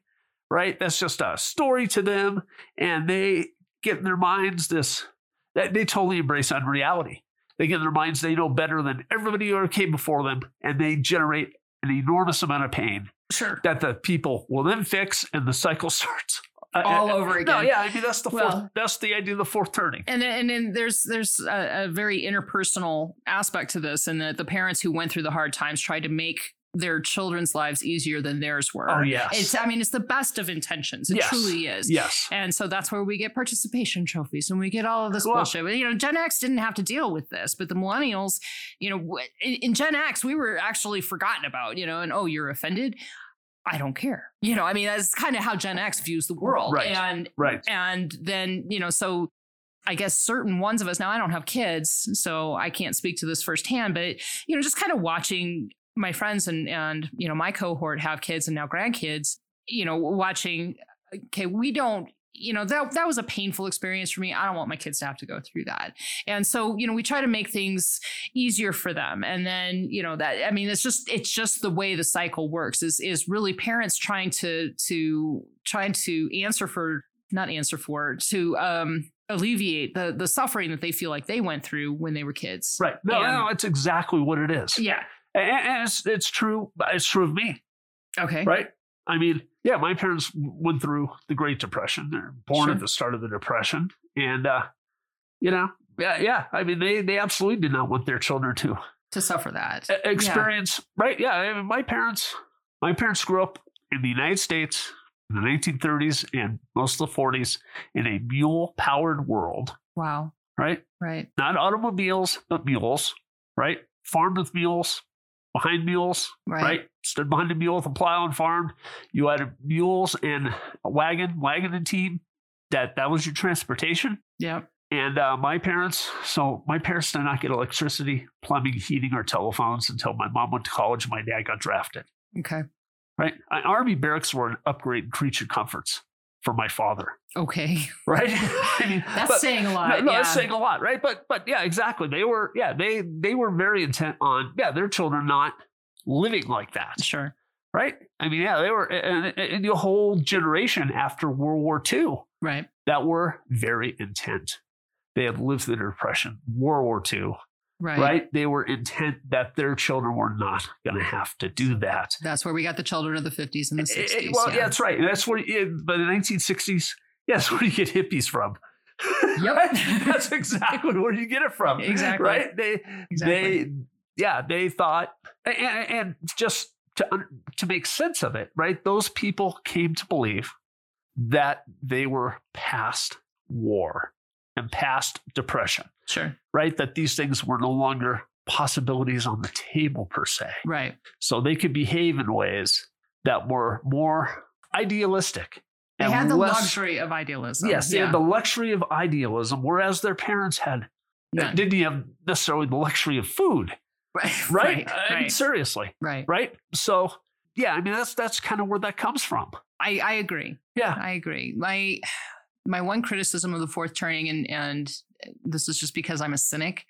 B: right? That's just a story to them. And they get in their minds this, that they totally embrace unreality. They get in their minds they know better than everybody who ever came before them, and they generate an enormous amount of pain
A: Sure.
B: that the people will then fix, and the cycle starts uh,
A: All
B: uh,
A: over again.
B: No, yeah, I mean that's the fourth.
A: Well-
B: That's the idea of the fourth turning.
A: And then, and then there's there's a, a very interpersonal aspect to this, and that the parents who went through the hard times tried to make their children's lives easier than theirs were.
B: Oh yes,
A: It's I mean it's the best of intentions. It
B: Yes.
A: truly is.
B: yes,
A: And so that's where we get participation trophies and we get all of this
B: Well-
A: bullshit. But, you know, Gen X didn't have to deal with this, but the millennials, you know, w- in, in Gen X, we were actually forgotten about, you know, and oh, you're offended. I don't care. You know, I mean, that's kind of how Gen X views the world.
B: Right.
A: And
B: right.
A: and then, you know, so I guess certain ones of us now, I don't have kids, so I can't speak to this firsthand, but, you know, just kind of watching my friends and, and, you know, my cohort have kids and now grandkids, you know, watching, okay, we don't, you know, that, that was a painful experience for me. I don't want my kids to have to go through that. And so, you know, we try to make things easier for them. And then, you know, that, I mean, it's just, it's just the way the cycle works is, is really parents trying to, to, trying to answer for not answer for to um alleviate the the suffering that they feel like they went through when they were kids
B: Right. No,
A: And-
B: no, it's exactly what it is.
A: yeah
B: And, and it's, it's true. It's true of me,
A: Okay.
B: right? I mean, yeah, my parents went through the Great Depression. They're born
A: Sure.
B: at the start of the Depression, and uh, you know, yeah, yeah. I mean, they they absolutely did not want their children to
A: To suffer that.
B: e- experience right yeah I mean, my parents my parents grew up in the united states in the 1930s and most of the 40s in a mule powered world
A: Wow.
B: right
A: Right.
B: not automobiles but mules right farmed with mules behind mules
A: Right.
B: right, stood behind a mule with a plow and farmed you had mules and a wagon wagon and team that that was your transportation
A: Yep.
B: and uh, my parents, so my parents did not get electricity, plumbing, heating, or telephones until my mom went to college and my dad got drafted.
A: Okay.
B: Right? Uh, Army barracks were an upgrade in creature comforts for my father.
A: Okay.
B: Right? I mean,
A: That's
B: but-
A: saying a lot.
B: no, no,
A: yeah.
B: that's saying a lot, right? But but yeah, exactly. They were yeah they they were very intent on yeah their children not living like that,
A: sure.
B: right? I mean yeah they were and, and the whole generation after World War II
A: Right.
B: that were very intent. They had lived through the Depression, World War II,
A: Right.
B: right? They were intent that their children were not going to have to do that.
A: That's where we got the children of the 50s and the 60s.
B: It- it- Eh, well, yeah. that's right. And that's where, yeah, by the 1960s, yeah, that's where you get hippies from.
A: Yep.
B: Right? That's exactly where you get it from.
A: Exactly.
B: Right? They,
A: Exactly.
B: they, yeah, they thought, and, and and just to un- to make sense of it, right? Those people came to believe that they were past war and past depression,
A: Sure.
B: right? That these things were no longer possibilities on the table per se.
A: Right.
B: So they could behave in ways that were more idealistic.
A: They
B: and
A: had the
B: less-
A: luxury of idealism.
B: Yes, they
A: Yeah.
B: had the luxury of idealism, whereas their parents had uh,
A: None.
B: didn't have necessarily the luxury of food,
A: right.
B: right?
A: Right.
B: I mean,
A: Right.
B: seriously,
A: right.
B: right? So, yeah, I mean, that's that's kind of where that comes from.
A: I, I agree.
B: Yeah,
A: I agree. My my one criticism of the fourth turning, and and uh, this is just because I'm a cynic,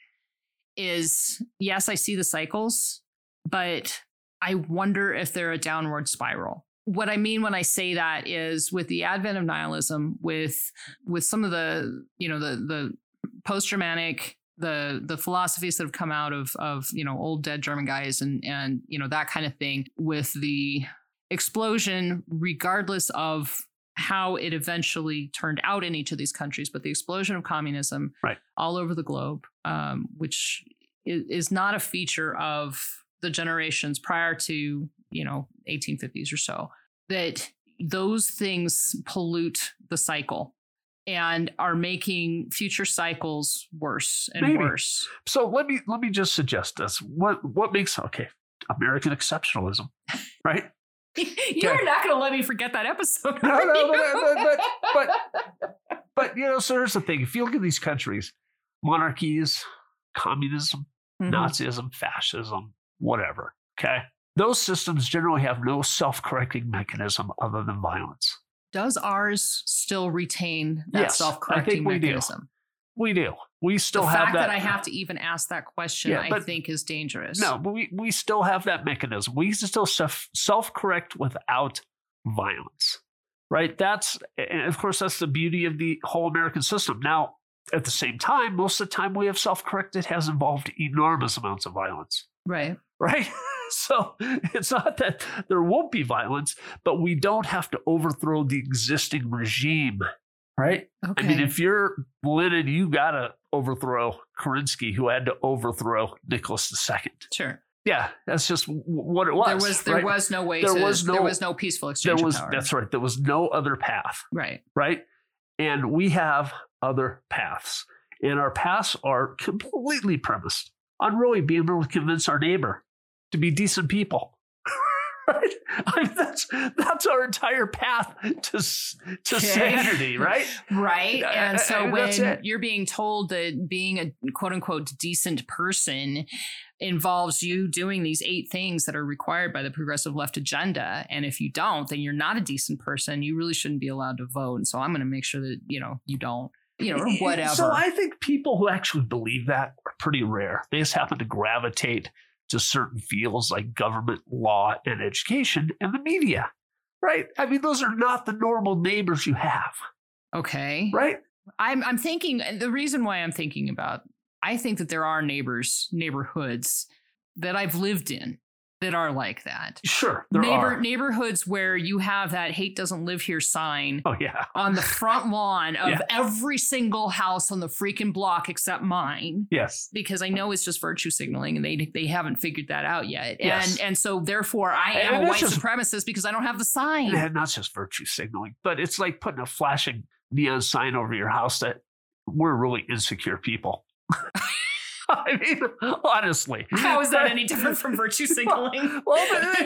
A: is yes, I see the cycles, but I wonder if they're a downward spiral. What I mean when I say that is with the advent of nihilism, with with some of the you know the the post Germanic the the philosophies that have come out of of you know old dead German guys and and you know that kind of thing with the explosion, regardless of how it eventually turned out in each of these countries, but the explosion of communism
B: Right.
A: all over the globe, um, which is, is not a feature of the generations prior to you know 1850s or so, that those things pollute the cycle and are making future cycles worse and
B: Maybe.
A: worse.
B: So let me let me just suggest this. What what makes okay American exceptionalism, right?
A: You're not going to let me forget that episode.
B: No,
A: are
B: no,
A: you?
B: but- but- but- But you know, so here's the thing: if you look at these countries, monarchies, communism,
A: Mhm.
B: Nazism, fascism, whatever. Okay, those systems generally have no self-correcting mechanism other than violence.
A: does ours still retain that
B: Yes, I
A: self-correcting
B: think we do.
A: mechanism?
B: We do. We still
A: the
B: have
A: fact that. I have to even ask that question,
B: Yeah,
A: I
B: but-
A: think, is dangerous.
B: No, but we, we still have that mechanism. We can still self correct without violence, right? That's, and of course, that's the beauty of the whole American system. Now, at the same time, most of the time we have self corrected has involved enormous amounts of violence,
A: right?
B: right? so it's not that there won't be violence, but we don't have to overthrow the existing regime, right? I
A: Okay.
B: mean, if you're Lenin, you got to overthrow Kerensky, who had to overthrow Nicholas II.
A: sure.
B: Yeah, that's just w- what it was.
A: there was there
B: right?
A: was no way.
B: There
A: to,
B: was
A: there
B: no-
A: was no peaceful
B: there
A: exchange
B: was
A: of power.
B: that's right. There was no other path,
A: right.
B: right? And we have other paths, and our paths are completely premised on really being able to convince our neighbor to be decent people. Right? I mean, that's that's our entire path to s- to
A: Okay.
B: sanity, right?
A: Right.
B: I-
A: And
B: I-
A: so
B: I mean, that's
A: when
B: it.
A: you're being told that being a quote unquote decent person involves you doing these eight things that are required by the progressive left agenda, and if you don't, then you're not a decent person. You really shouldn't be allowed to vote. And so I'm going to make sure that, you know, you don't, you know, or whatever.
B: So I think people who actually believe that are pretty rare. They just happen to gravitate to certain fields like government, law, and education, and the media. Right? I mean, those are not the normal neighbors you have,
A: okay.
B: right?
A: I'm I'm thinking the reason why I'm thinking about I think that there are neighbors neighborhoods that I've lived in that are like that.
B: Sure, there
A: Neighbor,
B: are.
A: neighborhoods where you have that hate doesn't live here sign
B: Oh yeah,
A: on the front lawn of
B: Yeah.
A: every single house on the freaking block except mine
B: yes,
A: because I know it's just virtue signaling and they they haven't figured that out yet.
B: Yes.
A: And and so therefore I am
B: And
A: a white
B: that's just-
A: supremacist because I don't have the sign.
B: and not just virtue signaling, but it's like putting a flashing neon sign over your house that we're really insecure people. I mean, honestly,
A: How is that any different from virtue signaling?
B: Well, but,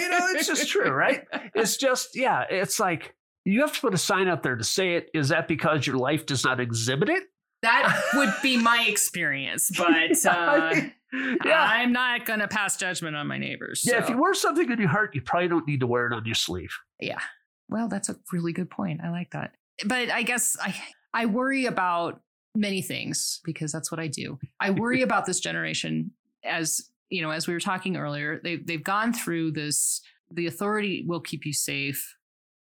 B: you know, it's just true, right? It's just, yeah, it's like you have to put a sign out there to say it. Is that because your life does not exhibit it?
A: That would be my experience, but uh,
B: I mean, yeah.
A: I'm not going to pass judgment on my neighbors.
B: Yeah, if
A: so-
B: you wear something in your heart, you probably don't need to wear it on your sleeve.
A: Yeah. Well, that's a really good point. I like that. But I guess I I worry about many things because that's what I do. I worry about this generation as, you know, as we were talking earlier, they they've gone through this the authority will keep you safe.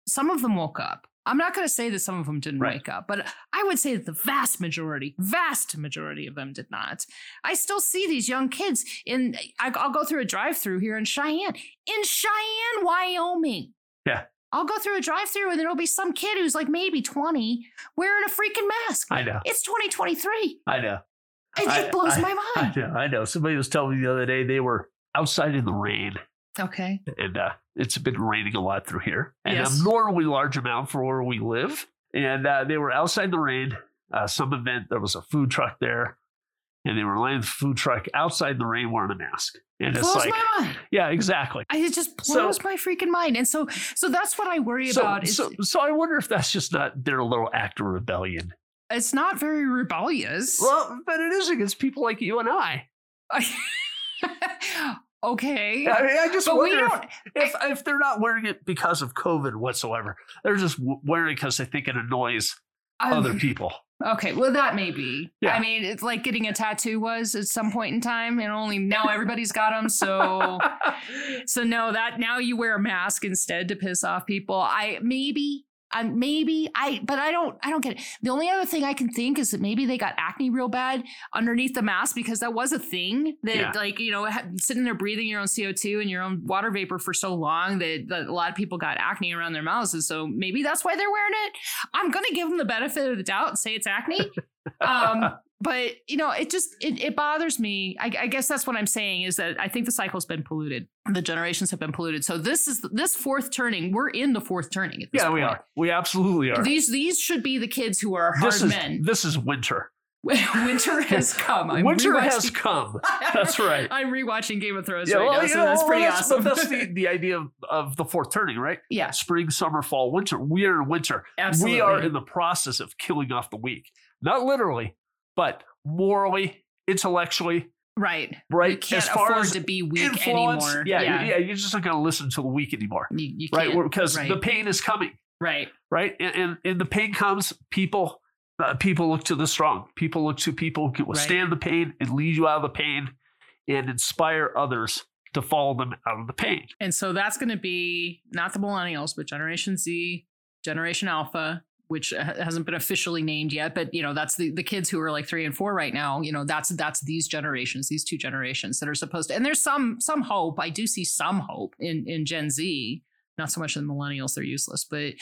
A: Some of them woke up. I'm not going to say that some of them didn't
B: Right.
A: wake up, but I would say that the vast majority, vast majority of them did not. I still see these young kids in I- I'll go through a drive-through here in Cheyenne, in Cheyenne, Wyoming. I'll go through a drive through and there'll be some kid who's like maybe 20 wearing a freaking mask.
B: I know.
A: It's 2023.
B: I know.
A: It,
B: I-
A: it blows
B: I-
A: my
B: I
A: mind.
B: know. I know. Somebody was telling me the other day they were outside in the rain,
A: okay.
B: and uh, it's been raining a lot through here, an
A: Yes.
B: abnormally large amount for where we live. And uh, they were outside in the rain, uh, some event. There was a food truck there, and they were laying the food truck outside in the rain wearing a mask. And it's
A: Blows
B: like,
A: my mind.
B: yeah, exactly.
A: I, it just
B: So-
A: blows my freaking mind. And so so that's what I worry
B: So,
A: about. It's,
B: so, so I wonder if that's just not their little act of rebellion.
A: it's not very rebellious.
B: Well, but it is against people like you and I.
A: okay.
B: I mean, I just
A: But we
B: wonder if-
A: don't.
B: if, if they're not wearing it because of COVID whatsoever, they're just w- wearing it because they think it annoys other
A: um,
B: people.
A: Okay, well that may be.
B: Yeah.
A: I mean, it's like getting a tattoo was at some point in time, and only now everybody's got them. So, so no, that now you wear a mask instead to piss off people. I maybe. I maybe I, but I don't. I don't get it. The only other thing I can think is that maybe they got acne real bad underneath the mask because that was a thing that,
B: Yeah.
A: like, you know, ha- sitting there breathing your own CO two and your own water vapor for so long that, that a lot of people got acne around their mouths, and so maybe that's why they're wearing it. I'm gonna give them the benefit of the doubt and say it's acne. um, but you know, it just it, it bothers me. I, I guess that's what I'm saying is that I think the cycle's been polluted. The generations have been polluted. So this is this fourth turning. We're in the fourth turning. At this
B: yeah, we
A: point.
B: are. We absolutely are.
A: These these should be the kids who are hard
B: this is
A: men.
B: this is winter.
A: Winter has come. I'm
B: winter
A: rewatching-
B: has come. That's right.
A: I'm rewatching Game of Thrones
B: Yeah,
A: right
B: well,
A: now,
B: you
A: so
B: know,
A: that's
B: well,
A: pretty
B: that's- but
A: awesome.
B: that's the, the idea of, of the fourth turning, right?
A: yeah,
B: Spring, summer, fall, winter. We are in winter.
A: absolutely.
B: We are in the process of killing off the weak. Not literally, but morally, intellectually,
A: right.
B: right?
A: You can't
B: as far
A: afford
B: as
A: to be weak
B: influence.
A: anymore.
B: Yeah, yeah,
A: yeah.
B: yeah. You're just not going to listen to the weak anymore,
A: You, you
B: right?
A: can't.
B: Because
A: right.
B: the pain is coming,
A: Right.
B: right? And and, and the pain comes. People, uh, people look to the strong. People look to people who can withstand the pain and lead you out of the pain, and inspire others to follow them out of the pain.
A: And so that's going to be not the millennials, but Generation Z, Generation Alpha, which ha- hasn't been officially named yet, but you know that's the the kids who are like three and four right now. You know that's that's these generations, these two generations that are supposed to. And there's some some hope. I do see some hope in in Gen Z. Not so much in the millennials; they're useless, but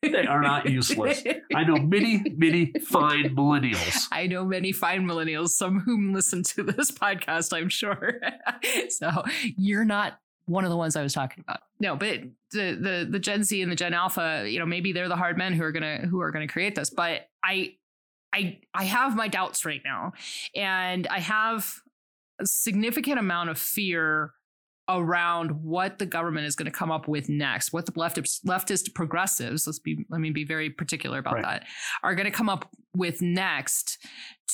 B: They are not useless. I know many, many fine millennials.
A: I know many fine millennials, some whom listen to this podcast, I'm sure. so you're not one of the ones I was talking about. No, but the the the Gen Z and the Gen Alpha, you know, maybe they're the hard men who are gonna who are gonna create this. But I I I have my doubts right now. And I have a significant amount of fear around what the government is going to come up with next, what the leftist, leftist progressives, let's be, let me be very particular about
B: Right.
A: that, are going to come up with next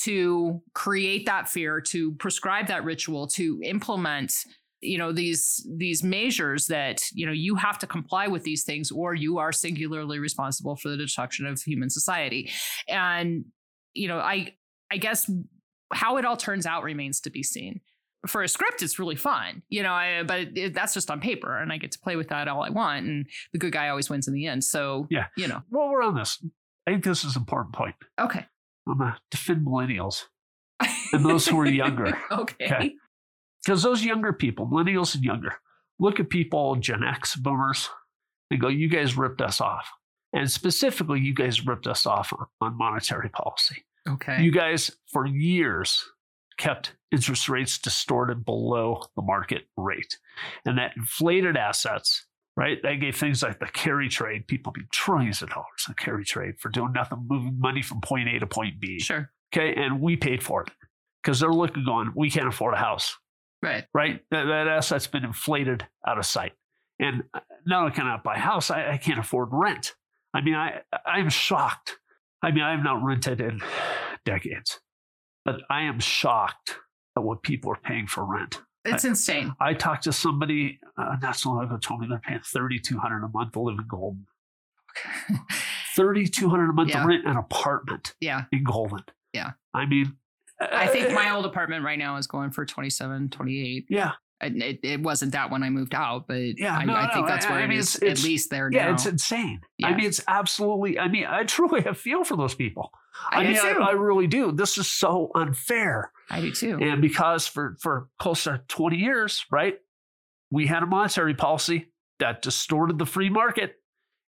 A: to create that fear, to prescribe that ritual, to implement you know these these measures that you know you have to comply with these things or you are singularly responsible for the destruction of human society and you know i i guess how it all turns out remains to be seen for a script it's really fun you know I, but it, that's just on paper and i get to play with that all i want and the good guy always wins in the end so
B: Yeah.
A: you know
B: Well, we're on this. I think this is an important point.
A: okay
B: I'm going to defend millennials and those who are younger.
A: okay
B: Okay. Because those younger people, millennials and younger, look at people, Gen X, boomers, and go, you guys ripped us off. And specifically, you guys ripped us off on- on monetary policy.
A: Okay.
B: You guys, for years, kept interest rates distorted below the market rate. And that inflated assets, right? That gave things like the carry trade, people be trillions of dollars in carry trade for doing nothing, moving money from point A to point B.
A: sure.
B: Okay. And we paid for it because they're looking, going, we can't afford a house,
A: Right.
B: right? That, that asset's been inflated out of sight. And not only can I not buy a house, I, I can't afford rent. I mean, I, I'm shocked. I mean, I have not rented in decades, but I am shocked at what people are paying for rent.
A: It's insane.
B: I talked to somebody uh, not so long ago told me they're paying 3200 a month to live in Golden. 3200 a month
A: Yeah.
B: to rent an apartment
A: yeah.
B: in Golden.
A: Yeah.
B: I mean,
A: I think
B: uh,
A: my old apartment right now is going for 27, 28.
B: yeah,
A: And it, it wasn't that when I moved out, but
B: Yeah,
A: I,
B: no,
A: I think
B: no,
A: that's
B: I-
A: where
B: I
A: it
B: mean,
A: is
B: it's- it's-
A: at least there
B: yeah,
A: now.
B: it's insane.
A: Yeah.
B: I mean, it's absolutely. I mean, I truly have feel for those people.
A: I, do
B: mean, uh,
A: too.
B: I, I really do. This is so unfair.
A: I do too.
B: And because for for close to twenty years, right, we had a monetary policy that distorted the free market,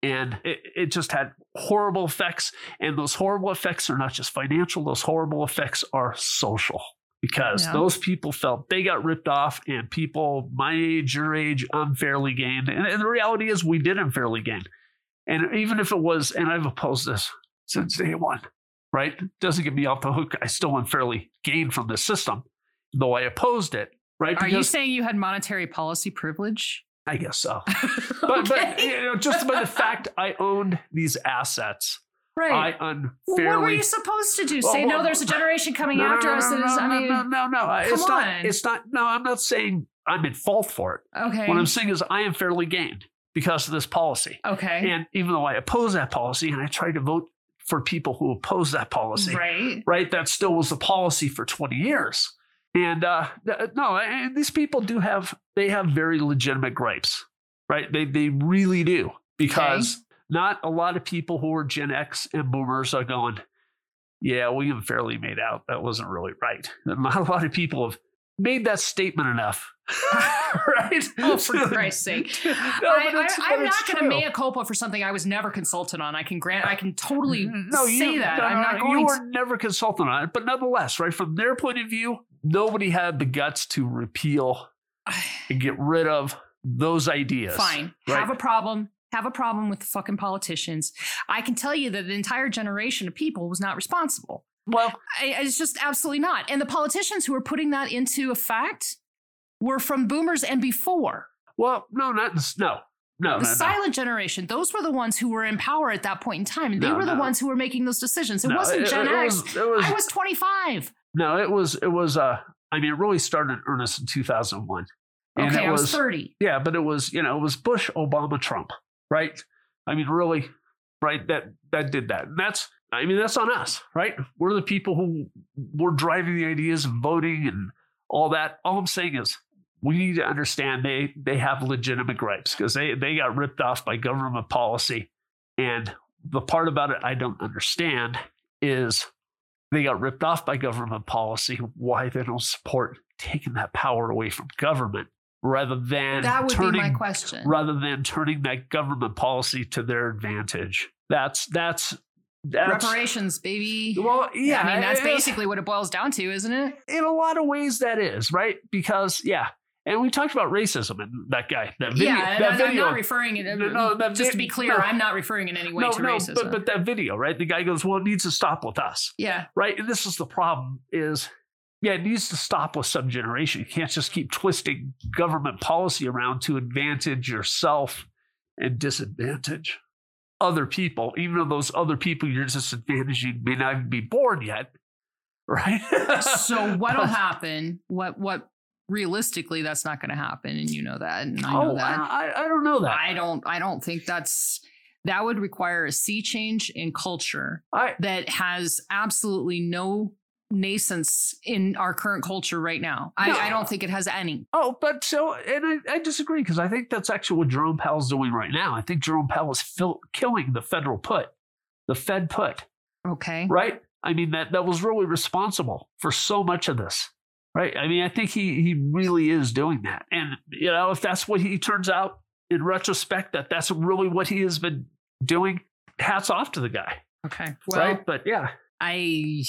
B: and it, it just had horrible effects. And those horrible effects are not just financial; those horrible effects are social. Because
A: Yeah.
B: those people felt they got ripped off, and people my age, your age, unfairly gained. And, and the reality is, we did unfairly gain. And even if it was, and I've opposed this since day one, right? Doesn't get me off the hook. I still unfairly gained from this system, though I opposed it, right?
A: Are you saying you had monetary policy privilege?
B: I guess so. But, but you know, just by the fact I owned these assets,
A: right.
B: I
A: well,
B: unfairly.
A: what were you supposed to do?
B: Well,
A: Say no,
B: well,
A: there's a generation coming
B: no, no,
A: after
B: no,
A: us.
B: no,
A: that is,
B: no,
A: I
B: no,
A: mean,
B: no, no, no. I- It's
A: come
B: not.
A: on.
B: It's not. No, I'm not saying I'm at fault for it.
A: okay,
B: What I'm saying is I unfairly gained because of this policy.
A: okay,
B: And even though I oppose that policy, and I try to vote for people who oppose that policy,
A: right,
B: right? That still was the policy for 20 years. And uh, th- no, and these people do have they have very legitimate gripes, right? They they really do because not a lot of people who are Gen X and Boomers are going, yeah, we unfairly made out. That wasn't really right. And not a lot of people have made that statement enough, right?
A: Oh, for Christ's sake.
B: No,
A: I,
B: but it's-
A: I,
B: but
A: I'm
B: it's
A: not going to
B: true.
A: mea culpa for something I was never consulted on. I can grant, I can totally
B: you-
A: say that.
B: Mm-hmm. no,
A: I'm
B: no,
A: not
B: no,
A: going.
B: You
A: to,
B: were never consulted on it, but nonetheless, right? From their point of view, nobody had the guts to repeal and get rid of those ideas.
A: Fine.
B: Right.
A: Have a problem. Have a problem with the fucking politicians. I can tell you that an entire generation of people was not responsible.
B: Well,
A: I, it's just absolutely not. And the politicians who are putting that into effect were from boomers and before.
B: well, no, not this. No, no,
A: the
B: no, no.
A: silent generation, those were the ones who were in power at that point in time. And they
B: No,
A: were the
B: no.
A: ones who were making those decisions. It
B: No,
A: wasn't Gen X.
B: was- it was-
A: I was 25.
B: no, it was. It was. Uh, I mean, it really started in earnest in 2001. And
A: okay,
B: it
A: I was
B: was-
A: 30.
B: Yeah, but it was you know it was Bush, Obama, Trump, right? I mean, really, right? That that did that. And that's I mean that's on us, right? We're the people who were driving the ideas and voting and all that. All I'm saying is we need to understand they they have legitimate gripes because they they got ripped off by government policy, and the part about it I don't understand is they got ripped off by government policy. Why they don't support taking that power away from government rather than
A: That would
B: turning
A: be my question.
B: rather than turning that government policy to their advantage. That's that's that's
A: Reparations, baby.
B: well, yeah.
A: I mean, that's
B: it-
A: basically what it boils down to, isn't it?
B: in a lot of ways that is right because yeah, and we talked about racism and that guy that video
A: yeah, and
B: that
A: I'm- I'm
B: video.
A: not referring it.
B: No, no, that
A: just
B: vid-
A: to be clear,
B: no.
A: I'm not referring in any way
B: no,
A: to
B: no,
A: racism.
B: but, but that video, right? The guy goes, "Well, it needs to stop with us."
A: yeah,
B: right? And this is the problem is, yeah, it needs to stop with some generation. You can't just keep twisting government policy around to advantage yourself and disadvantage other people, even though those other people you're disadvantaging may not even be born yet, right?
A: so what'll happen? What what realistically that's not going to happen, and you know that, and I know
B: oh,
A: that.
B: I, I don't know that.
A: I don't. I don't think that's that would require a sea change in culture
B: I,
A: that has absolutely no nascence in our current culture right now.
B: No.
A: I, I don't think it has any.
B: Oh, but so, and I, I disagree because I think that's actually what Jerome Powell's doing right now. I think Jerome Powell is fil- killing the federal put, the Fed put.
A: Okay.
B: right? I mean, that, that was really responsible for so much of this, Right. I mean, I think he he really is doing that. And you know, if that's what he turns out in retrospect, that that's really what he has been doing, hats off to the guy.
A: Okay. Well,
B: right. But yeah.
A: I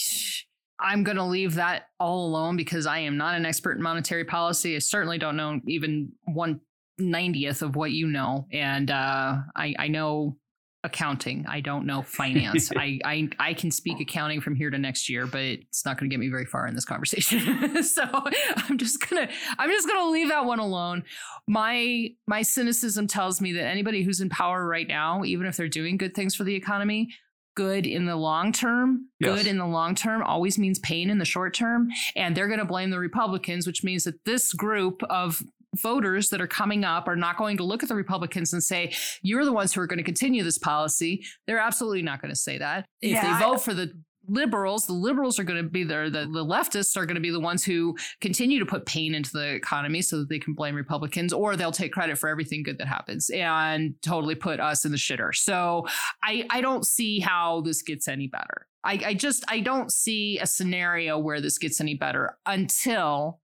A: I'm going to leave that all alone because I am not an expert in monetary policy. I certainly don't know even one ninetieth of what you know, and uh, I I know accounting. I don't know finance. I, I I can speak accounting from here to next year, but it's not going to get me very far in this conversation. so I'm just gonna I'm just gonna leave that one alone. My my cynicism tells me that anybody who's in power right now, even if they're doing good things for the economy, good in the long term,
B: Yes.
A: good in the long term always means pain in the short term. And they're going to blame the Republicans, which means that this group of voters that are coming up are not going to look at the Republicans and say, you're the ones who are going to continue this policy. They're absolutely not going to say that. If
B: Yeah, I-
A: they vote for the liberals, the liberals are going to be there. The, the leftists are going to be the ones who continue to put pain into the economy so that they can blame Republicans, or they'll take credit for everything good that happens and totally put us in the shitter. So I, I don't see how this gets any better. I, I just I don't see a scenario where this gets any better until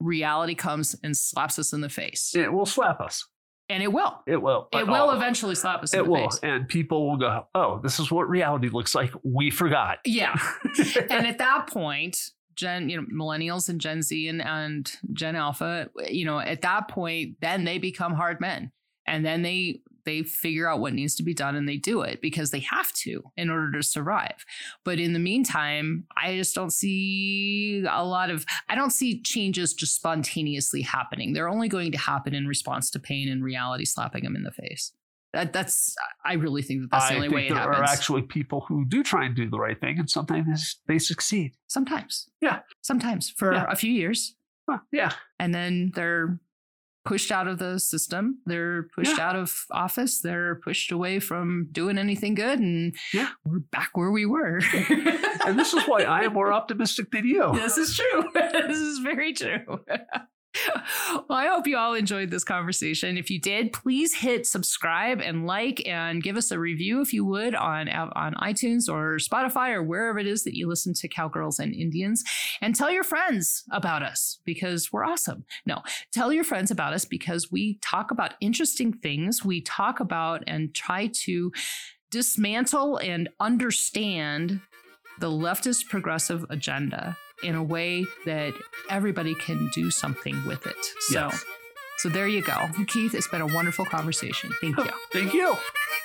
A: reality comes and slaps us in the face.
B: It will slap us.
A: And it will.
B: It will. But
A: It will
B: all-
A: eventually slap us in
B: It
A: the
B: will.
A: face.
B: And people will go, oh, this is what reality looks like. We forgot.
A: Yeah. and at that point, Gen, you know, millennials and Gen Z and, and Gen Alpha, you know, at that point, then they become hard men. And then they they figure out what needs to be done and they do it because they have to in order to survive. But in the meantime, I just don't see a lot of I don't see changes just spontaneously happening. They're only going to happen in response to pain and reality slapping them in the face. That, that's I really think that that's the
B: I
A: only
B: think
A: way it
B: there are
A: happens.
B: actually people who do try and do the right thing, and sometimes they succeed.
A: Sometimes.
B: Yeah.
A: Sometimes for
B: Yeah.
A: a few years.
B: Huh, yeah.
A: And then they're pushed out of the system. They're pushed out of office. They're pushed away from doing anything good. And
B: Yeah.
A: we're back where we were.
B: And this is why I am more optimistic than you.
A: this is true. this is very true. well, I hope you all enjoyed this conversation. If you did, please hit subscribe and like and give us a review if you would on on iTunes or Spotify or wherever it is that you listen to Cowgirls and Indians. And tell your friends about us because we're awesome. No, tell your friends about us because we talk about interesting things. We talk about and try to dismantle and understand the leftist progressive agenda in a way that everybody can do something with it. So
B: Yes.
A: so there you go. Keith, it's been a wonderful conversation. Thank you.
B: Thank you.
C: Thank